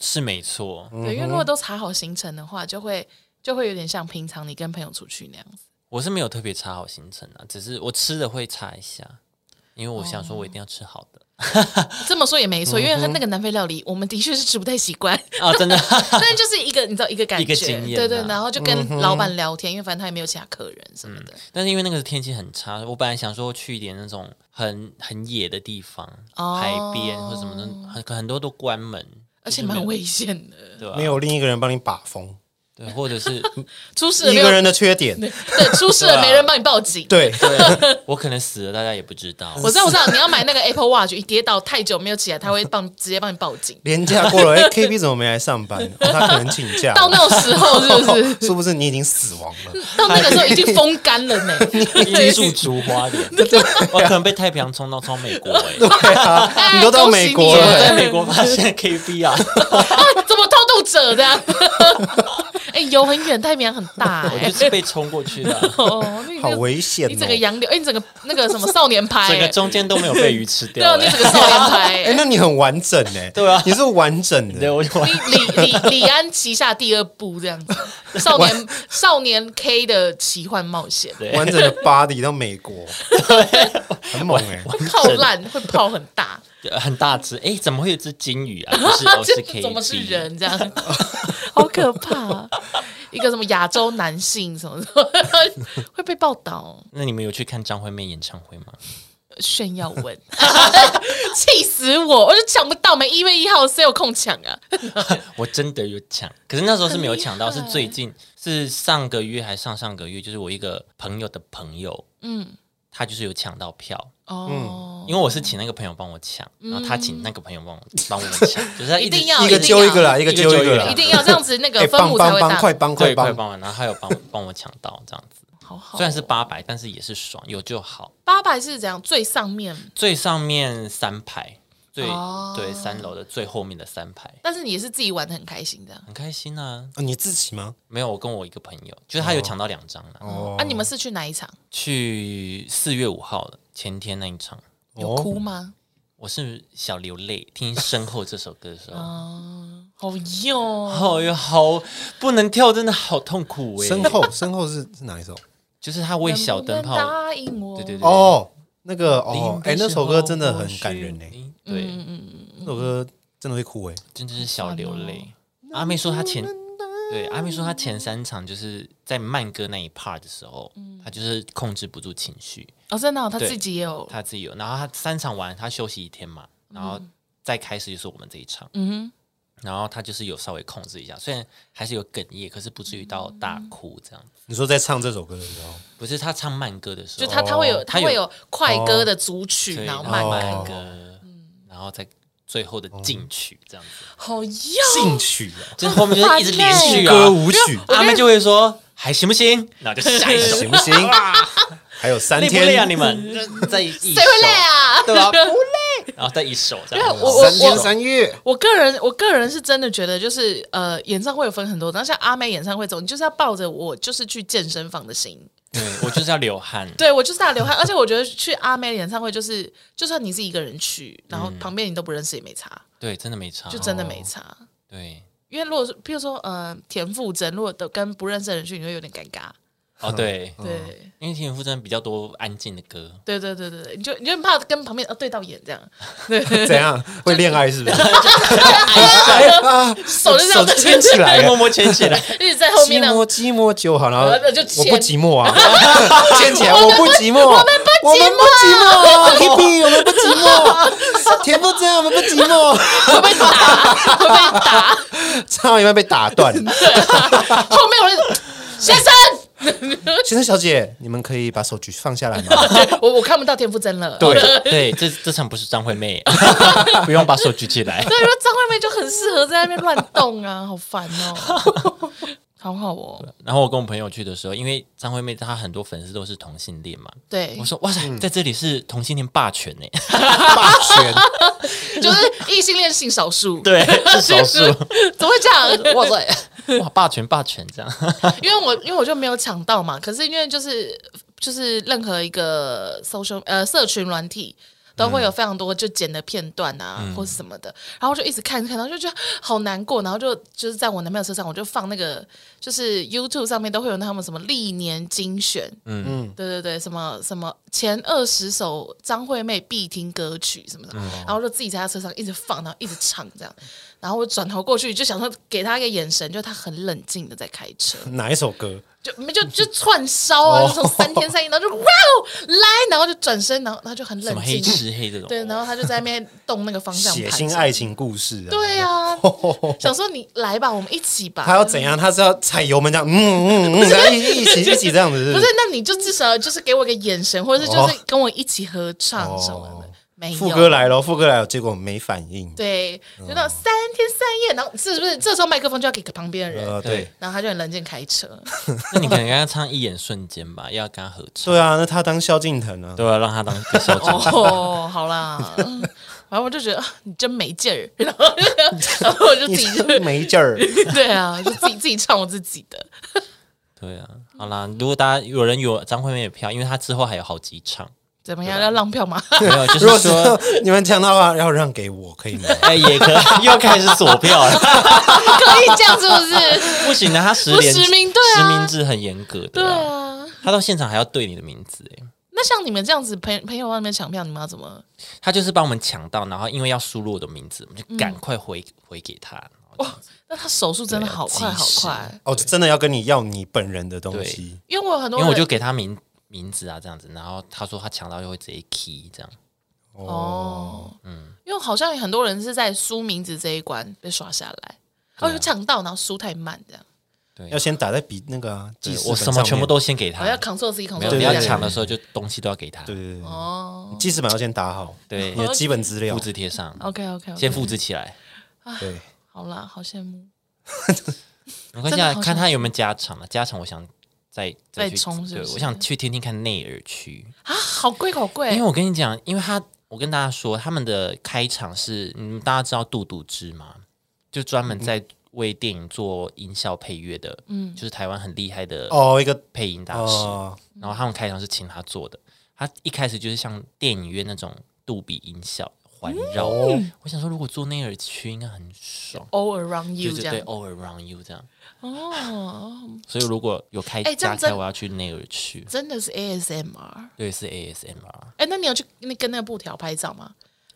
Speaker 1: 是没错。
Speaker 2: 对，因为如果都查好行程的话，就会就会有点像平常你跟朋友出去那样子，
Speaker 1: 我是没有特别查好行程啊，只是我吃的会查一下，因为我想说我一定要吃好的、
Speaker 2: 这么说也
Speaker 1: 嗯
Speaker 2: 没错，因为他那个南非料理，我们的确是吃不太习惯。
Speaker 1: 啊，真的。
Speaker 2: 但就是一个你知道一个感觉，
Speaker 1: 一个经验啊
Speaker 2: 对对，然后就跟老板聊天，因为反正他也没有其他客人什么的。
Speaker 1: 但是因为那个天气很差，我本来想说去一点那种很很野的地方，
Speaker 2: 哦
Speaker 1: 海边或什么的，很很多都关门，
Speaker 2: 而且蛮危险的，
Speaker 1: 对吧、
Speaker 3: 哦没有另一个人帮你把风，
Speaker 1: 对，或者 是
Speaker 2: 出事了
Speaker 3: 一
Speaker 2: 没
Speaker 3: 个
Speaker 2: 有？
Speaker 3: 人的缺点，
Speaker 2: 对，出 事
Speaker 1: 啊
Speaker 2: 了没人帮你报警。
Speaker 3: 对，
Speaker 1: 我可能死了，大家也不知道。
Speaker 2: 我知 道，我知道，你要买那个 Apple Watch，一跌倒太久没有起来，他会帮直接帮你报 警。
Speaker 3: 廉价过了，哎，KB 怎么没来上班？哦他可能请假了，
Speaker 2: 到那种时候是不是？
Speaker 3: 是不是你已经死亡了？
Speaker 2: 到那个时候已经风干了 呢。
Speaker 1: 一树 竹花莲，我可能被太平洋冲到冲美国哎、欸。
Speaker 3: 对啊，
Speaker 2: 哎
Speaker 3: 你都到美
Speaker 2: 恭
Speaker 3: 国
Speaker 2: 喜
Speaker 1: 我
Speaker 2: 你
Speaker 3: 了，
Speaker 1: 在美国发现 KB 啊，
Speaker 2: 啊，怎么偷渡者这样？ 哎、游很远，太平洋很大、
Speaker 1: 我
Speaker 2: 哎
Speaker 1: 就是被冲过去的啊，
Speaker 2: 哦，你
Speaker 3: 好
Speaker 2: 那个
Speaker 3: 危险、哦！啊
Speaker 2: 你整个洋流，哎、你整个那个什么少年牌、
Speaker 1: 整个
Speaker 2: 哎
Speaker 1: 中间都没有被鱼吃
Speaker 2: 对
Speaker 1: 掉
Speaker 2: 啊，你
Speaker 1: 欸。
Speaker 2: 整个少年牌、
Speaker 3: 哎、
Speaker 2: 哎
Speaker 3: 那你很完整哎、
Speaker 1: 对啊
Speaker 3: 你是完整
Speaker 1: 对，
Speaker 3: 的，
Speaker 1: 我就玩
Speaker 2: 李李李李安旗下第二部这样 子，少年少年 K 的奇幻冒险，
Speaker 1: 对
Speaker 3: 完整的 body 到美国，很猛 哎、
Speaker 2: 会泡烂，会泡很大，
Speaker 1: 很大只，哎，怎么会有只金鱼啊？不 是，我是 K，
Speaker 2: 怎么是人这样？ 好可怕、啊一个什么亚洲男性什么什么 会被报道
Speaker 1: 那你们有去看张惠妹演唱会吗？
Speaker 2: 炫耀 文，气死我！我就抢不到，没一月一号谁有空抢啊？
Speaker 1: 我真的有抢，可是那时候是没有抢到，
Speaker 2: 很厉
Speaker 1: 是
Speaker 2: 害
Speaker 1: 最近是上个月还上上个月，就是我一个朋友的朋友，
Speaker 2: 嗯，
Speaker 1: 他就是有抢到票，
Speaker 2: 哦，嗯
Speaker 1: 因为我是请那个朋友帮我抢，然后他请那个朋友帮我帮我 抢，就是他
Speaker 2: 一
Speaker 1: 直
Speaker 2: 定要
Speaker 3: 一个揪一个啦，一个揪一个啦，
Speaker 2: 一定要这样子，那
Speaker 3: 哎、
Speaker 2: 个分
Speaker 3: 帮
Speaker 2: 母才
Speaker 3: 帮
Speaker 2: 会
Speaker 3: 帮，
Speaker 2: 大
Speaker 3: 快，帮
Speaker 1: 对
Speaker 3: 快
Speaker 1: 快
Speaker 3: 帮！
Speaker 1: 帮我，然后他有帮我帮我抢到这样子，
Speaker 2: 好好哦。
Speaker 1: 虽然是八百，但是也是爽，有就好。
Speaker 2: 八百是怎样？最上面，
Speaker 1: 最上面三排，最
Speaker 2: 哦
Speaker 1: 对三楼的最后面的三排，
Speaker 2: 但是你也是自己玩的很开心的。
Speaker 1: 很开心啊。
Speaker 3: 啊你自己吗？
Speaker 1: 没有，我跟我一个朋友，就是他有抢到两张啦，
Speaker 3: 哦，
Speaker 2: 啊，你们是去哪一场？
Speaker 1: 去四月五号了，前天那一场。
Speaker 3: 哦
Speaker 2: 有哭吗？
Speaker 1: 我是小流泪，听《身后》这首歌的时候，
Speaker 2: 哦，好哟，
Speaker 1: 哦哟，好不能跳，真的好痛苦哎、
Speaker 3: 身后身后是是哪一首？
Speaker 1: 就是他为小灯泡，
Speaker 2: 能不能答应我，
Speaker 1: 对对对，
Speaker 3: 哦，那个
Speaker 1: 临
Speaker 3: 哦，
Speaker 1: 别
Speaker 3: 哎、那
Speaker 1: 时
Speaker 3: 首
Speaker 1: 候
Speaker 3: 歌真的
Speaker 1: 或
Speaker 3: 很感
Speaker 1: 许
Speaker 3: 人哎、
Speaker 1: 你
Speaker 2: 嗯
Speaker 1: 对，
Speaker 3: 那首歌真的会哭哎、
Speaker 1: 真的是小流泪。
Speaker 2: 哦
Speaker 1: 阿妹说她前对阿妹说她前三场就是在慢歌那一 part 的时候，
Speaker 2: 嗯
Speaker 1: 她就是控制不住情绪，
Speaker 2: 哦，真的哦，他
Speaker 1: 对
Speaker 2: 自己也有，
Speaker 1: 她自己有。然后她三场完，她休息一天嘛，然后再开始就是我们这一场，
Speaker 2: 嗯
Speaker 1: 然后她就是有稍微控制一下，虽然还是有哽咽，可是不至于到大哭这样。
Speaker 3: 你说在唱这首歌的时候，
Speaker 1: 不是她唱慢歌的时
Speaker 2: 哼，
Speaker 1: 候，
Speaker 2: 就他他会有
Speaker 1: 她
Speaker 2: 他
Speaker 1: 哦有
Speaker 2: 会有快歌的组曲，
Speaker 1: 对
Speaker 2: 然后慢
Speaker 1: 慢
Speaker 2: 歌，
Speaker 3: 哦
Speaker 1: 慢歌，然后再最后的进曲这样子，
Speaker 2: 好 哦哟，
Speaker 3: 进曲啊，
Speaker 1: 就是后面就是一直连续啊
Speaker 3: 歌。舞曲，
Speaker 1: 阿妹就会说还行不行？那就下一首
Speaker 3: 行不行？还有三
Speaker 1: 啊累不
Speaker 3: 天，
Speaker 1: 累啊？你们再一首，
Speaker 2: 谁会累啊？
Speaker 1: 对吧？不累，然后再一首这样
Speaker 2: 对啊
Speaker 1: 子。
Speaker 2: 我我
Speaker 3: 三天三夜，
Speaker 2: 我个人，我个人是真的觉得，就是呃，演唱会有分很多，但像阿妹演唱会这种，你就是要抱着我就是去健身房的心，
Speaker 1: 对嗯我就是要流汗，
Speaker 2: 对我就是大流汗，而且我觉得去阿妹的演唱会，就是就算你是一个人去，然后旁边你都不认识也没差，
Speaker 1: 对，真的没差
Speaker 2: 就。真的没差。
Speaker 1: 对，
Speaker 2: 因为如果是，譬如说，呃，田馥甄，如果都跟不认识的人去，你会有点尴尬。
Speaker 1: 哦 对，
Speaker 2: 对，
Speaker 1: 因为田馥甄比较多安静的歌，
Speaker 2: 对对对对对，你就你就很怕跟旁边呃对到眼这样，
Speaker 3: 怎样？会恋爱 是不是？
Speaker 2: 手就这样
Speaker 3: 手牵起
Speaker 2: 啊
Speaker 3: 来啊
Speaker 1: 默默牵起来，
Speaker 2: 一直在后
Speaker 3: 寂
Speaker 2: 面那样
Speaker 3: 寞，寂寞就好，然后
Speaker 2: 然后就牵
Speaker 3: 我不寂寞啊，牵起来，我不寂寞，我们不
Speaker 2: 寂寞
Speaker 3: 寂寞，Kitty，我们不寂寞，田馥甄，我们不寂寞，
Speaker 2: 会被打，会被打，
Speaker 3: 唱到一半被打断，
Speaker 2: 后面我就先生，
Speaker 3: 先生小姐，你们可以把手举放下来吗？
Speaker 2: 对 我我看不到田馥甄了。
Speaker 3: 对
Speaker 1: 对，这这场不是张惠妹， 不用把手举起来。
Speaker 2: 对，因为张惠妹就很适合在那边乱动啊， 好烦哦， 好好哦，
Speaker 1: 然后我跟我朋友去的时候，因为张惠妹她很多粉丝都是同性恋嘛，
Speaker 2: 对
Speaker 1: 我，说哇塞，在这里是同性恋霸权欸呢，
Speaker 3: 霸权，
Speaker 2: 就是异性恋性少 数，
Speaker 1: 对， 是少数，
Speaker 2: 怎么会这样？
Speaker 1: 哇塞，哇霸权霸权这样，
Speaker 2: 因为我因为我就没有抢到嘛，可是因为就是就是任何一个 social 呃社群软体。都会有非常多就剪的片段啊，或是什么的，然后就一直看看，然后就觉得好难过，然后就就是在我男朋友车上，我就放那个就是 YouTube 上面都会有他们什么历年精选，嗯嗯，对对对，什么什么前二十首张惠妹必听歌曲什么的，然后就自己在他车上一直放，然后一直唱这样，然后我转头过去就想说给他一个眼神，就他很冷静的在开车，
Speaker 3: 哪一首歌？
Speaker 2: 就没就就串烧
Speaker 3: 哦
Speaker 2: 啊，就从三天三夜，然后就哇哦来，然后就转身，然后他就很
Speaker 1: 什么
Speaker 2: 冷
Speaker 1: 黑
Speaker 2: 静，
Speaker 1: 吃黑这种，
Speaker 2: 对，然后他就在那边动那个方向
Speaker 3: 血
Speaker 2: 盘，
Speaker 3: 腥爱情故事啊，
Speaker 2: 对啊，想说你来吧，我们一起吧，
Speaker 3: 他要怎样？他是要踩油门这样，嗯嗯嗯，然后一一起一起这样子，
Speaker 2: 不是，那你就至
Speaker 3: 哦
Speaker 2: 少就是给我一个眼神，或者是就是跟我一起合唱什么的，没有
Speaker 3: 副歌来了，副歌来了，结果没反应。
Speaker 2: 对，就那种三天三夜，然后是不是这时候麦克风就要给旁边的人，
Speaker 3: 呃，对
Speaker 1: 对，
Speaker 2: 然后他就很冷静开 车，
Speaker 1: 那你可能跟他唱一眼瞬间吧，要跟他合唱，
Speaker 3: 对啊，那他当萧敬腾啊，
Speaker 1: 哦对啊，让他当个小姐。
Speaker 2: 哦，好啦，然后我就觉得啊你真没劲儿，然后然 后我就自
Speaker 3: 你
Speaker 2: 己就
Speaker 3: 真没劲儿。
Speaker 2: 对啊，就自己自己唱我自己的。
Speaker 1: 对啊，好啦，如果大家有人有张惠妹的票，因为她之后还有好几 场，
Speaker 2: 怎么样？
Speaker 1: 啊
Speaker 2: 要浪 票吗？
Speaker 1: 没有就
Speaker 3: 如果
Speaker 1: 是
Speaker 3: 是
Speaker 1: 说，
Speaker 3: 你们抢到话，要让给我可以 吗？
Speaker 1: 哎、也可以又开始锁票了，
Speaker 2: 可以这样是不是？
Speaker 1: 不行的，她十
Speaker 2: 不
Speaker 1: 连
Speaker 2: 实名对啊
Speaker 1: 实名制很严格
Speaker 2: 对
Speaker 1: 的、啊，
Speaker 2: 啊。
Speaker 1: 她到现场还要对你的名字、哎，
Speaker 2: 那像你们这样子，朋朋友外面抢票，你们要怎么？
Speaker 1: 她就是帮我们抢到，然后因为要输入我的名字，我们就赶快
Speaker 2: 嗯
Speaker 1: 回、回给她。
Speaker 2: 哦那他手速真的好快
Speaker 1: 对啊
Speaker 2: 好
Speaker 1: 及时
Speaker 2: 快，
Speaker 3: 哦，真的要跟你要你本人的东西。
Speaker 2: 因为我有很多
Speaker 1: 因为我
Speaker 2: 人
Speaker 1: 就给她名名字啊，这样子，然后她说她抢到就会直接 key 这样。
Speaker 2: 哦，嗯，因为好像有很多人是在输名字这一关被刷下来，
Speaker 1: 啊
Speaker 2: 哦，有抢到，然后输太慢这样，
Speaker 1: 对，
Speaker 3: 要先打在笔那个啊记
Speaker 1: 对
Speaker 3: 事
Speaker 1: 我
Speaker 3: 本
Speaker 1: 什
Speaker 3: 上
Speaker 1: 么
Speaker 3: 面
Speaker 1: 全部都先给
Speaker 2: 哦我要
Speaker 1: 她，
Speaker 2: control 自己 control
Speaker 1: 没
Speaker 2: 自
Speaker 1: 有
Speaker 2: 己
Speaker 1: 你
Speaker 3: 对
Speaker 1: 要
Speaker 3: 对
Speaker 1: 抢的时候就东西都要给她。
Speaker 3: 对对对，
Speaker 2: 哦
Speaker 3: 记事本要先打好，
Speaker 1: 对
Speaker 3: 你的基本资料
Speaker 1: 复。制贴上，
Speaker 2: ，OK OK
Speaker 1: 先
Speaker 2: OK，
Speaker 1: 复制起来。啊
Speaker 3: 对，
Speaker 2: 好啦，好羡慕，
Speaker 1: 我看
Speaker 2: 真
Speaker 1: 现
Speaker 2: 的
Speaker 1: 在
Speaker 2: 好
Speaker 1: 啊看
Speaker 2: 想
Speaker 1: 他有没有加长了，加长我想再
Speaker 2: 再
Speaker 1: 去
Speaker 2: 冲是
Speaker 1: 对
Speaker 2: 不是
Speaker 1: 我想去听听看内尔区，
Speaker 2: 啊，好贵好贵
Speaker 1: 因为，我跟你讲，因为他我跟大家说，他们的开场是，嗯，大家知道杜杜之吗？就专门在为电影做音效配乐的，嗯，就是台湾很厉害的
Speaker 3: 哦，一个
Speaker 1: 配音大师。
Speaker 3: 哦，
Speaker 1: 然后他们开场是请他做的，他一开始就是像电影院那种杜比音效环绕。
Speaker 2: 嗯
Speaker 1: 我想说，如果做内尔区应该很爽。
Speaker 2: all around
Speaker 1: 就
Speaker 2: you
Speaker 1: 是
Speaker 2: 这
Speaker 1: 对
Speaker 2: 样，
Speaker 1: all around you 这样，
Speaker 2: 哦，
Speaker 1: 所以如果有开
Speaker 2: 哎这
Speaker 1: 加
Speaker 2: 样
Speaker 1: 开，
Speaker 2: 真
Speaker 1: 我要去内尔区，
Speaker 2: 真的是 ASMR。
Speaker 1: 对，是 ASMR，
Speaker 2: 哎，那你有去那跟那个布条拍照
Speaker 1: 嗯
Speaker 2: 吗？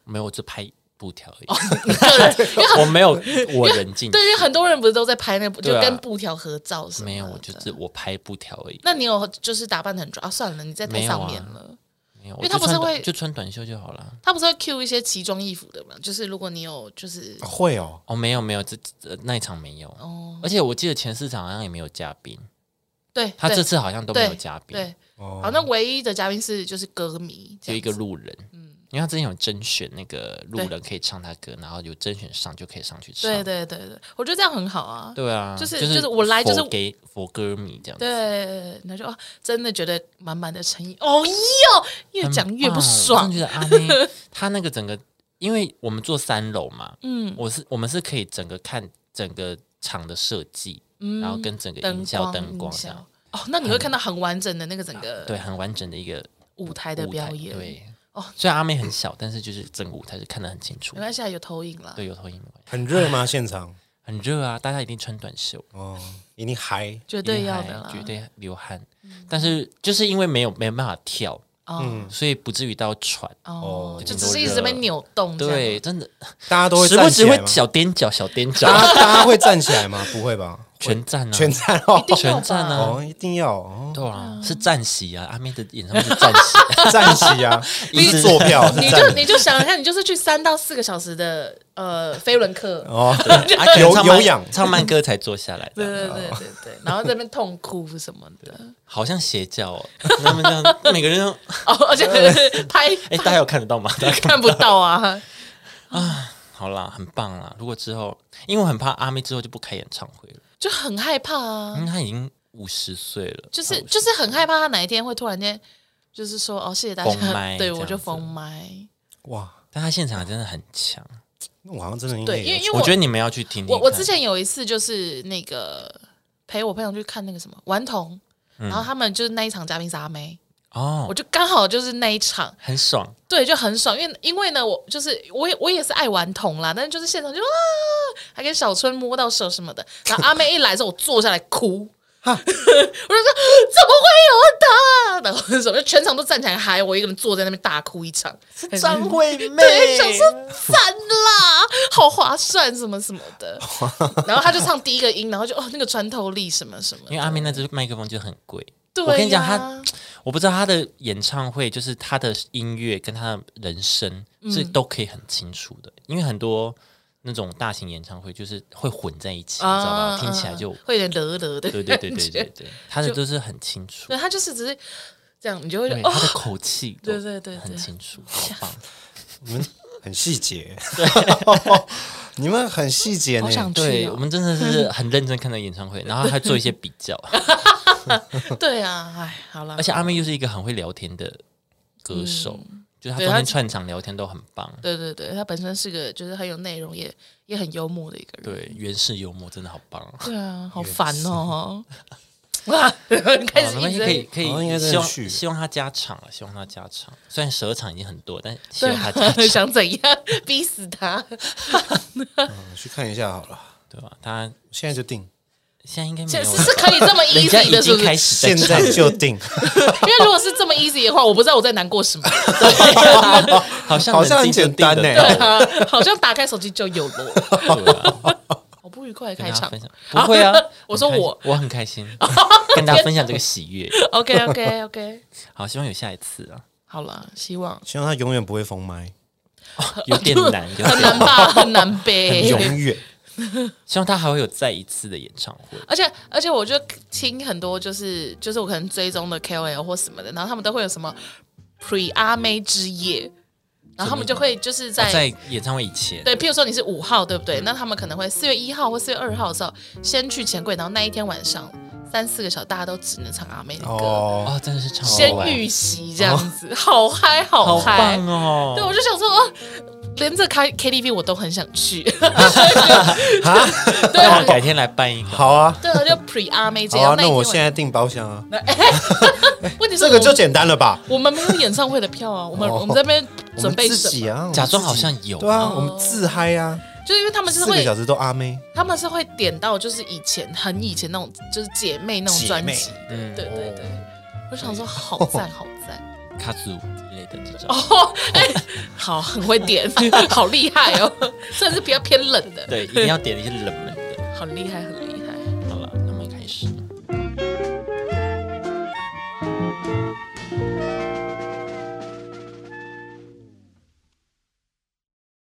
Speaker 1: 没有，我只拍布条而已，
Speaker 2: 哦个人，
Speaker 1: 我没有我人进去
Speaker 2: 对，，因为很多人不是都在拍那布，就
Speaker 1: 对啊
Speaker 2: 跟布条合照什么的。
Speaker 1: 没有，我就是我拍布条而已，
Speaker 2: 那你有就是打扮得很抓啊？算了，你在台
Speaker 1: 没有
Speaker 2: 上
Speaker 1: 啊
Speaker 2: 面了。
Speaker 1: 没有，
Speaker 2: 因
Speaker 1: 我
Speaker 2: 为他
Speaker 1: 就
Speaker 2: 不是
Speaker 1: 穿短
Speaker 2: 会
Speaker 1: 就穿短袖就好了。
Speaker 2: 他不是会 Q 一些奇装异服的吗？就是如果你有，就是
Speaker 3: 啊会哦，
Speaker 1: 哦，没有没有，这这那一场没有，
Speaker 2: 哦，
Speaker 1: 而且我记得前四场好像也没有嘉宾，
Speaker 2: 对，
Speaker 1: 他
Speaker 2: 对
Speaker 1: 这次好像都没有嘉宾，
Speaker 2: 对，
Speaker 3: 哦
Speaker 2: 好，那唯一的嘉宾是就是歌迷，
Speaker 1: 就一个路人，因为他之前有甄选那个路
Speaker 2: 嗯对
Speaker 1: 人可以唱他歌，然后有甄选上就可以上去唱，
Speaker 2: 这样子。对对对对，我觉得这样很好啊。
Speaker 1: 对啊，
Speaker 2: 就是
Speaker 1: 是
Speaker 2: 就是我来就是
Speaker 1: 佛给佛歌迷这样子，
Speaker 2: 对，那就啊，真的觉得满满的诚意。哦哟，越
Speaker 1: 很
Speaker 2: 讲越不
Speaker 1: 棒
Speaker 2: 爽
Speaker 1: 我。真的觉得阿 妹她那个整个，因为我们坐三楼嘛，嗯，我是我们是可以整个看整个场的设计，然后跟整个
Speaker 2: 嗯灯
Speaker 1: 音效
Speaker 2: 光、
Speaker 1: 灯光
Speaker 2: 音
Speaker 1: 这样
Speaker 2: 效，，哦，那你会看到很完整的那个整个
Speaker 1: 对，很完整的一个
Speaker 2: 舞台的
Speaker 1: 舞
Speaker 2: 表
Speaker 1: 台
Speaker 2: 演。
Speaker 1: 对，
Speaker 2: 哦
Speaker 1: 虽然阿妹很小，但是就是整个舞台是看得很清楚
Speaker 2: 没。关系啊，有投影啦。
Speaker 1: 对，有投影没关系。
Speaker 3: 很热吗？现场
Speaker 1: 很热啊，大家一定穿短袖，
Speaker 3: 哦，一定嗨。
Speaker 2: 绝
Speaker 1: 绝
Speaker 2: 对要的啦，嗯
Speaker 1: 绝对流汗。但是就是因为没有没办法跳，
Speaker 2: 哦
Speaker 1: 所以不至于到喘。
Speaker 2: 哦，
Speaker 3: 哦
Speaker 2: 就只是一直被扭动，这
Speaker 1: 对，
Speaker 2: 样，啊
Speaker 1: 真的
Speaker 3: 大家都会
Speaker 1: 时不
Speaker 3: 站
Speaker 1: 时
Speaker 3: 起
Speaker 1: 会
Speaker 3: 来吗？
Speaker 1: 小踮脚，小踮脚。
Speaker 3: 大家大家会站起来吗？ 不会吧？
Speaker 1: 全站啊，
Speaker 3: 全站哦
Speaker 2: 一定要吧
Speaker 1: 全站啊，
Speaker 3: 哦，一定要哦，
Speaker 1: 对
Speaker 2: 嗯
Speaker 1: 啊，是站席啊，阿妹的演唱会是站 席，
Speaker 3: 站起 啊，不是坐票，是
Speaker 2: 你就
Speaker 1: 啊
Speaker 3: 站
Speaker 2: 你就想一下，你就是去三到四个小时的呃飞 轮课，
Speaker 3: 哦，
Speaker 1: 啊可能
Speaker 3: 有
Speaker 1: 唱慢
Speaker 3: 有氧
Speaker 1: 唱慢歌才坐下来
Speaker 2: 对
Speaker 1: 的，
Speaker 2: 对对对
Speaker 1: 哦
Speaker 2: 对，然后在那边痛哭什么 的，
Speaker 1: 好像邪教哦， 他们这样每个人都，
Speaker 2: 哦，而且 拍
Speaker 1: 哎，大家有看得到吗？大家看
Speaker 2: 看不到啊，
Speaker 1: 好啦，很棒啦。如果之后，因为我很怕阿妹之后就不开演唱会了，
Speaker 2: 就很害怕啊
Speaker 1: 因，为她已经五十岁了，
Speaker 2: 就是
Speaker 1: 啊
Speaker 2: 就是很害怕他哪一天会突然间就是说哦谢谢大
Speaker 1: 封
Speaker 2: 家，
Speaker 1: 麦
Speaker 2: 对
Speaker 1: 这样
Speaker 2: 我就
Speaker 1: 子
Speaker 2: 封麦，
Speaker 3: 哇，
Speaker 1: 但她现场真的很强，
Speaker 3: 那我好像真的应该
Speaker 2: 对，因为
Speaker 3: 也
Speaker 2: 因为
Speaker 1: 我觉得你们要去听听
Speaker 2: 我
Speaker 1: 看。
Speaker 2: 我之前有一次就是那个陪我朋友去看那个什么顽童，然后他们就是那一场嘉宾是阿妹，
Speaker 1: 嗯哦
Speaker 2: 我，就刚好就是那一场，
Speaker 1: 很爽，
Speaker 2: 对，就很爽，因为因为呢，我就是我也我也是爱顽童啦，但是就是现场就啊，还跟小春摸到手什么的，然后阿妹一来之后，我坐下来哭。 我就说怎么会有的？然后什么，就全场都站起来嗨，我一个人坐在那边大哭一场，
Speaker 1: 张惠妹
Speaker 2: 对，想说赞啦， 好划算什么什么 的。然后他就唱第一个音，然后就哦那个穿透力什么什么
Speaker 1: 因为
Speaker 2: 的。
Speaker 1: 阿妹那只麦克风就很贵，
Speaker 2: 对呀，
Speaker 1: 我跟你讲她我不知道他的演唱会，就是他的音乐跟他的人声
Speaker 2: 嗯
Speaker 1: 是都可以很清楚的，因为很多那种大型演唱会就是会混在一起，你知道吧？听起来就
Speaker 2: 啊会有点得得的。
Speaker 1: 对对 对对对，对，他的都是很清楚
Speaker 2: 对，，他就是只是这样，你就会觉
Speaker 1: 对
Speaker 2: 得哦，
Speaker 1: 他的口气都
Speaker 2: 对对对对
Speaker 1: 很清楚，好 棒。
Speaker 3: 你们很细节， 你们很细节
Speaker 2: 好想
Speaker 3: 呢。
Speaker 2: 去
Speaker 1: 对
Speaker 2: 哦
Speaker 1: 我。们真的是很认真看待演唱 会，然后还做一些比较，
Speaker 2: 对啊，哎，好了
Speaker 1: 而，且阿妹又是一个很会聊天的歌手，就是他
Speaker 2: 嗯
Speaker 1: 中
Speaker 2: 对他
Speaker 1: 间串场聊天都很棒，
Speaker 2: 对对对，他本身是个就是很有内容，也也很幽默的一个人。
Speaker 1: 对，原始幽默真的好棒。
Speaker 2: 对啊，好烦哦！ 哇，开
Speaker 1: 好
Speaker 2: 始
Speaker 1: 哦没
Speaker 2: 哎
Speaker 1: 关
Speaker 2: 一直
Speaker 1: 系，
Speaker 2: 在
Speaker 1: 可以可
Speaker 3: 好像哦应
Speaker 1: 以，
Speaker 3: 该真
Speaker 1: 希
Speaker 3: 的
Speaker 1: 望
Speaker 3: 去
Speaker 1: 希望他加场啊，希望他加场。虽然十二场已经很多，但希
Speaker 2: 对
Speaker 1: 望他加
Speaker 2: 啊，
Speaker 1: 场，
Speaker 2: 想怎样逼死他？
Speaker 3: 嗯去看一下好了，
Speaker 1: 对吧？他
Speaker 3: 现在就定，
Speaker 1: 现在应该没
Speaker 2: 这
Speaker 1: 有
Speaker 2: 是，是可以这么
Speaker 1: 人家
Speaker 2: easy
Speaker 1: 已
Speaker 2: 的，是
Speaker 1: 经
Speaker 2: 不是？
Speaker 1: 开始
Speaker 3: 现
Speaker 1: 唱
Speaker 3: 在就定，
Speaker 2: 因为如果是这么 easy 的话，我不知道我在难 过什么。
Speaker 1: 好像
Speaker 3: 好像
Speaker 1: 能
Speaker 3: 很
Speaker 1: 定就
Speaker 3: 简单
Speaker 1: 定得
Speaker 3: 欸
Speaker 1: 到
Speaker 2: 对啊，好像打开手机就 有了，
Speaker 1: 对啊
Speaker 2: 好不愉快的
Speaker 1: 跟
Speaker 2: 开
Speaker 1: 大家
Speaker 2: 场，
Speaker 1: 分。享，不会啊
Speaker 2: 我说
Speaker 1: 很开
Speaker 2: 我
Speaker 1: 我很开心，跟大家分享这个喜悦。
Speaker 2: OK OK OK，
Speaker 1: 好，希望有下一次啊，
Speaker 2: 好了，希望
Speaker 3: 希望他永远不会封麦，
Speaker 1: 有点 难，有
Speaker 2: 很
Speaker 1: 点
Speaker 2: 难
Speaker 1: 难。
Speaker 2: 吧，很难
Speaker 3: 永
Speaker 2: 背。
Speaker 3: 远。
Speaker 1: 希望他还会有再一次的演唱会。
Speaker 2: 而且而且，我就听很多就是就是我可能追踪的 KOL 或什么的，然后他们都会有什么 Pre 阿妹之夜，然后他们就会就是
Speaker 1: 哦在演唱会以前，
Speaker 2: 对，譬如说你是五号，对不对？那他们可能会四月一号或四月二号的时候先去钱柜，然后那一天晚上三四个小时大家都只能唱阿妹的歌，
Speaker 3: 哦，
Speaker 1: 哦，真的是唱
Speaker 2: 先
Speaker 1: 完
Speaker 2: 预习这样子，好嗨好
Speaker 1: 好
Speaker 2: 嗨！
Speaker 1: 棒哦！
Speaker 2: 对，我就想说，哦、连这开 KTV 我都很想 去。对
Speaker 1: 那我
Speaker 2: 啊
Speaker 1: 们，改天来办一个。
Speaker 3: 好啊，
Speaker 2: 对啊，就 Pre 阿妹这
Speaker 3: 好
Speaker 2: 样。
Speaker 3: 啊，那
Speaker 2: 一天
Speaker 3: 我
Speaker 2: 晚
Speaker 3: 现在订包厢啊，
Speaker 2: 问题是
Speaker 3: 这个
Speaker 2: 我
Speaker 3: 就简单了吧？
Speaker 2: 我们没有演唱会的票啊，我们、
Speaker 3: 哦
Speaker 2: 我们这边
Speaker 3: 我
Speaker 2: 准
Speaker 3: 们
Speaker 2: 备
Speaker 3: 自
Speaker 2: 什么？
Speaker 3: 己啊，
Speaker 1: 假装
Speaker 3: 我们自己
Speaker 1: 好像有
Speaker 3: 对啊，
Speaker 2: 哦
Speaker 3: 我们自嗨啊，
Speaker 2: 就是因为他们就是
Speaker 3: 四个
Speaker 2: 会
Speaker 3: 小时都阿妹，
Speaker 2: 他们是会点到就是以前很以前那种就是姐妹那种专辑
Speaker 3: 姐妹，哦
Speaker 2: 对
Speaker 1: 嗯
Speaker 2: 对对对，我想说好赞好赞，
Speaker 1: 卡祖之类的这种，
Speaker 2: 哦，哎，好很会点， 好厉害哦， 虽然是比较偏冷的，
Speaker 1: 对，一定要点一些冷门的。
Speaker 2: 好厉害很厉害。
Speaker 1: 好了，那我们开始。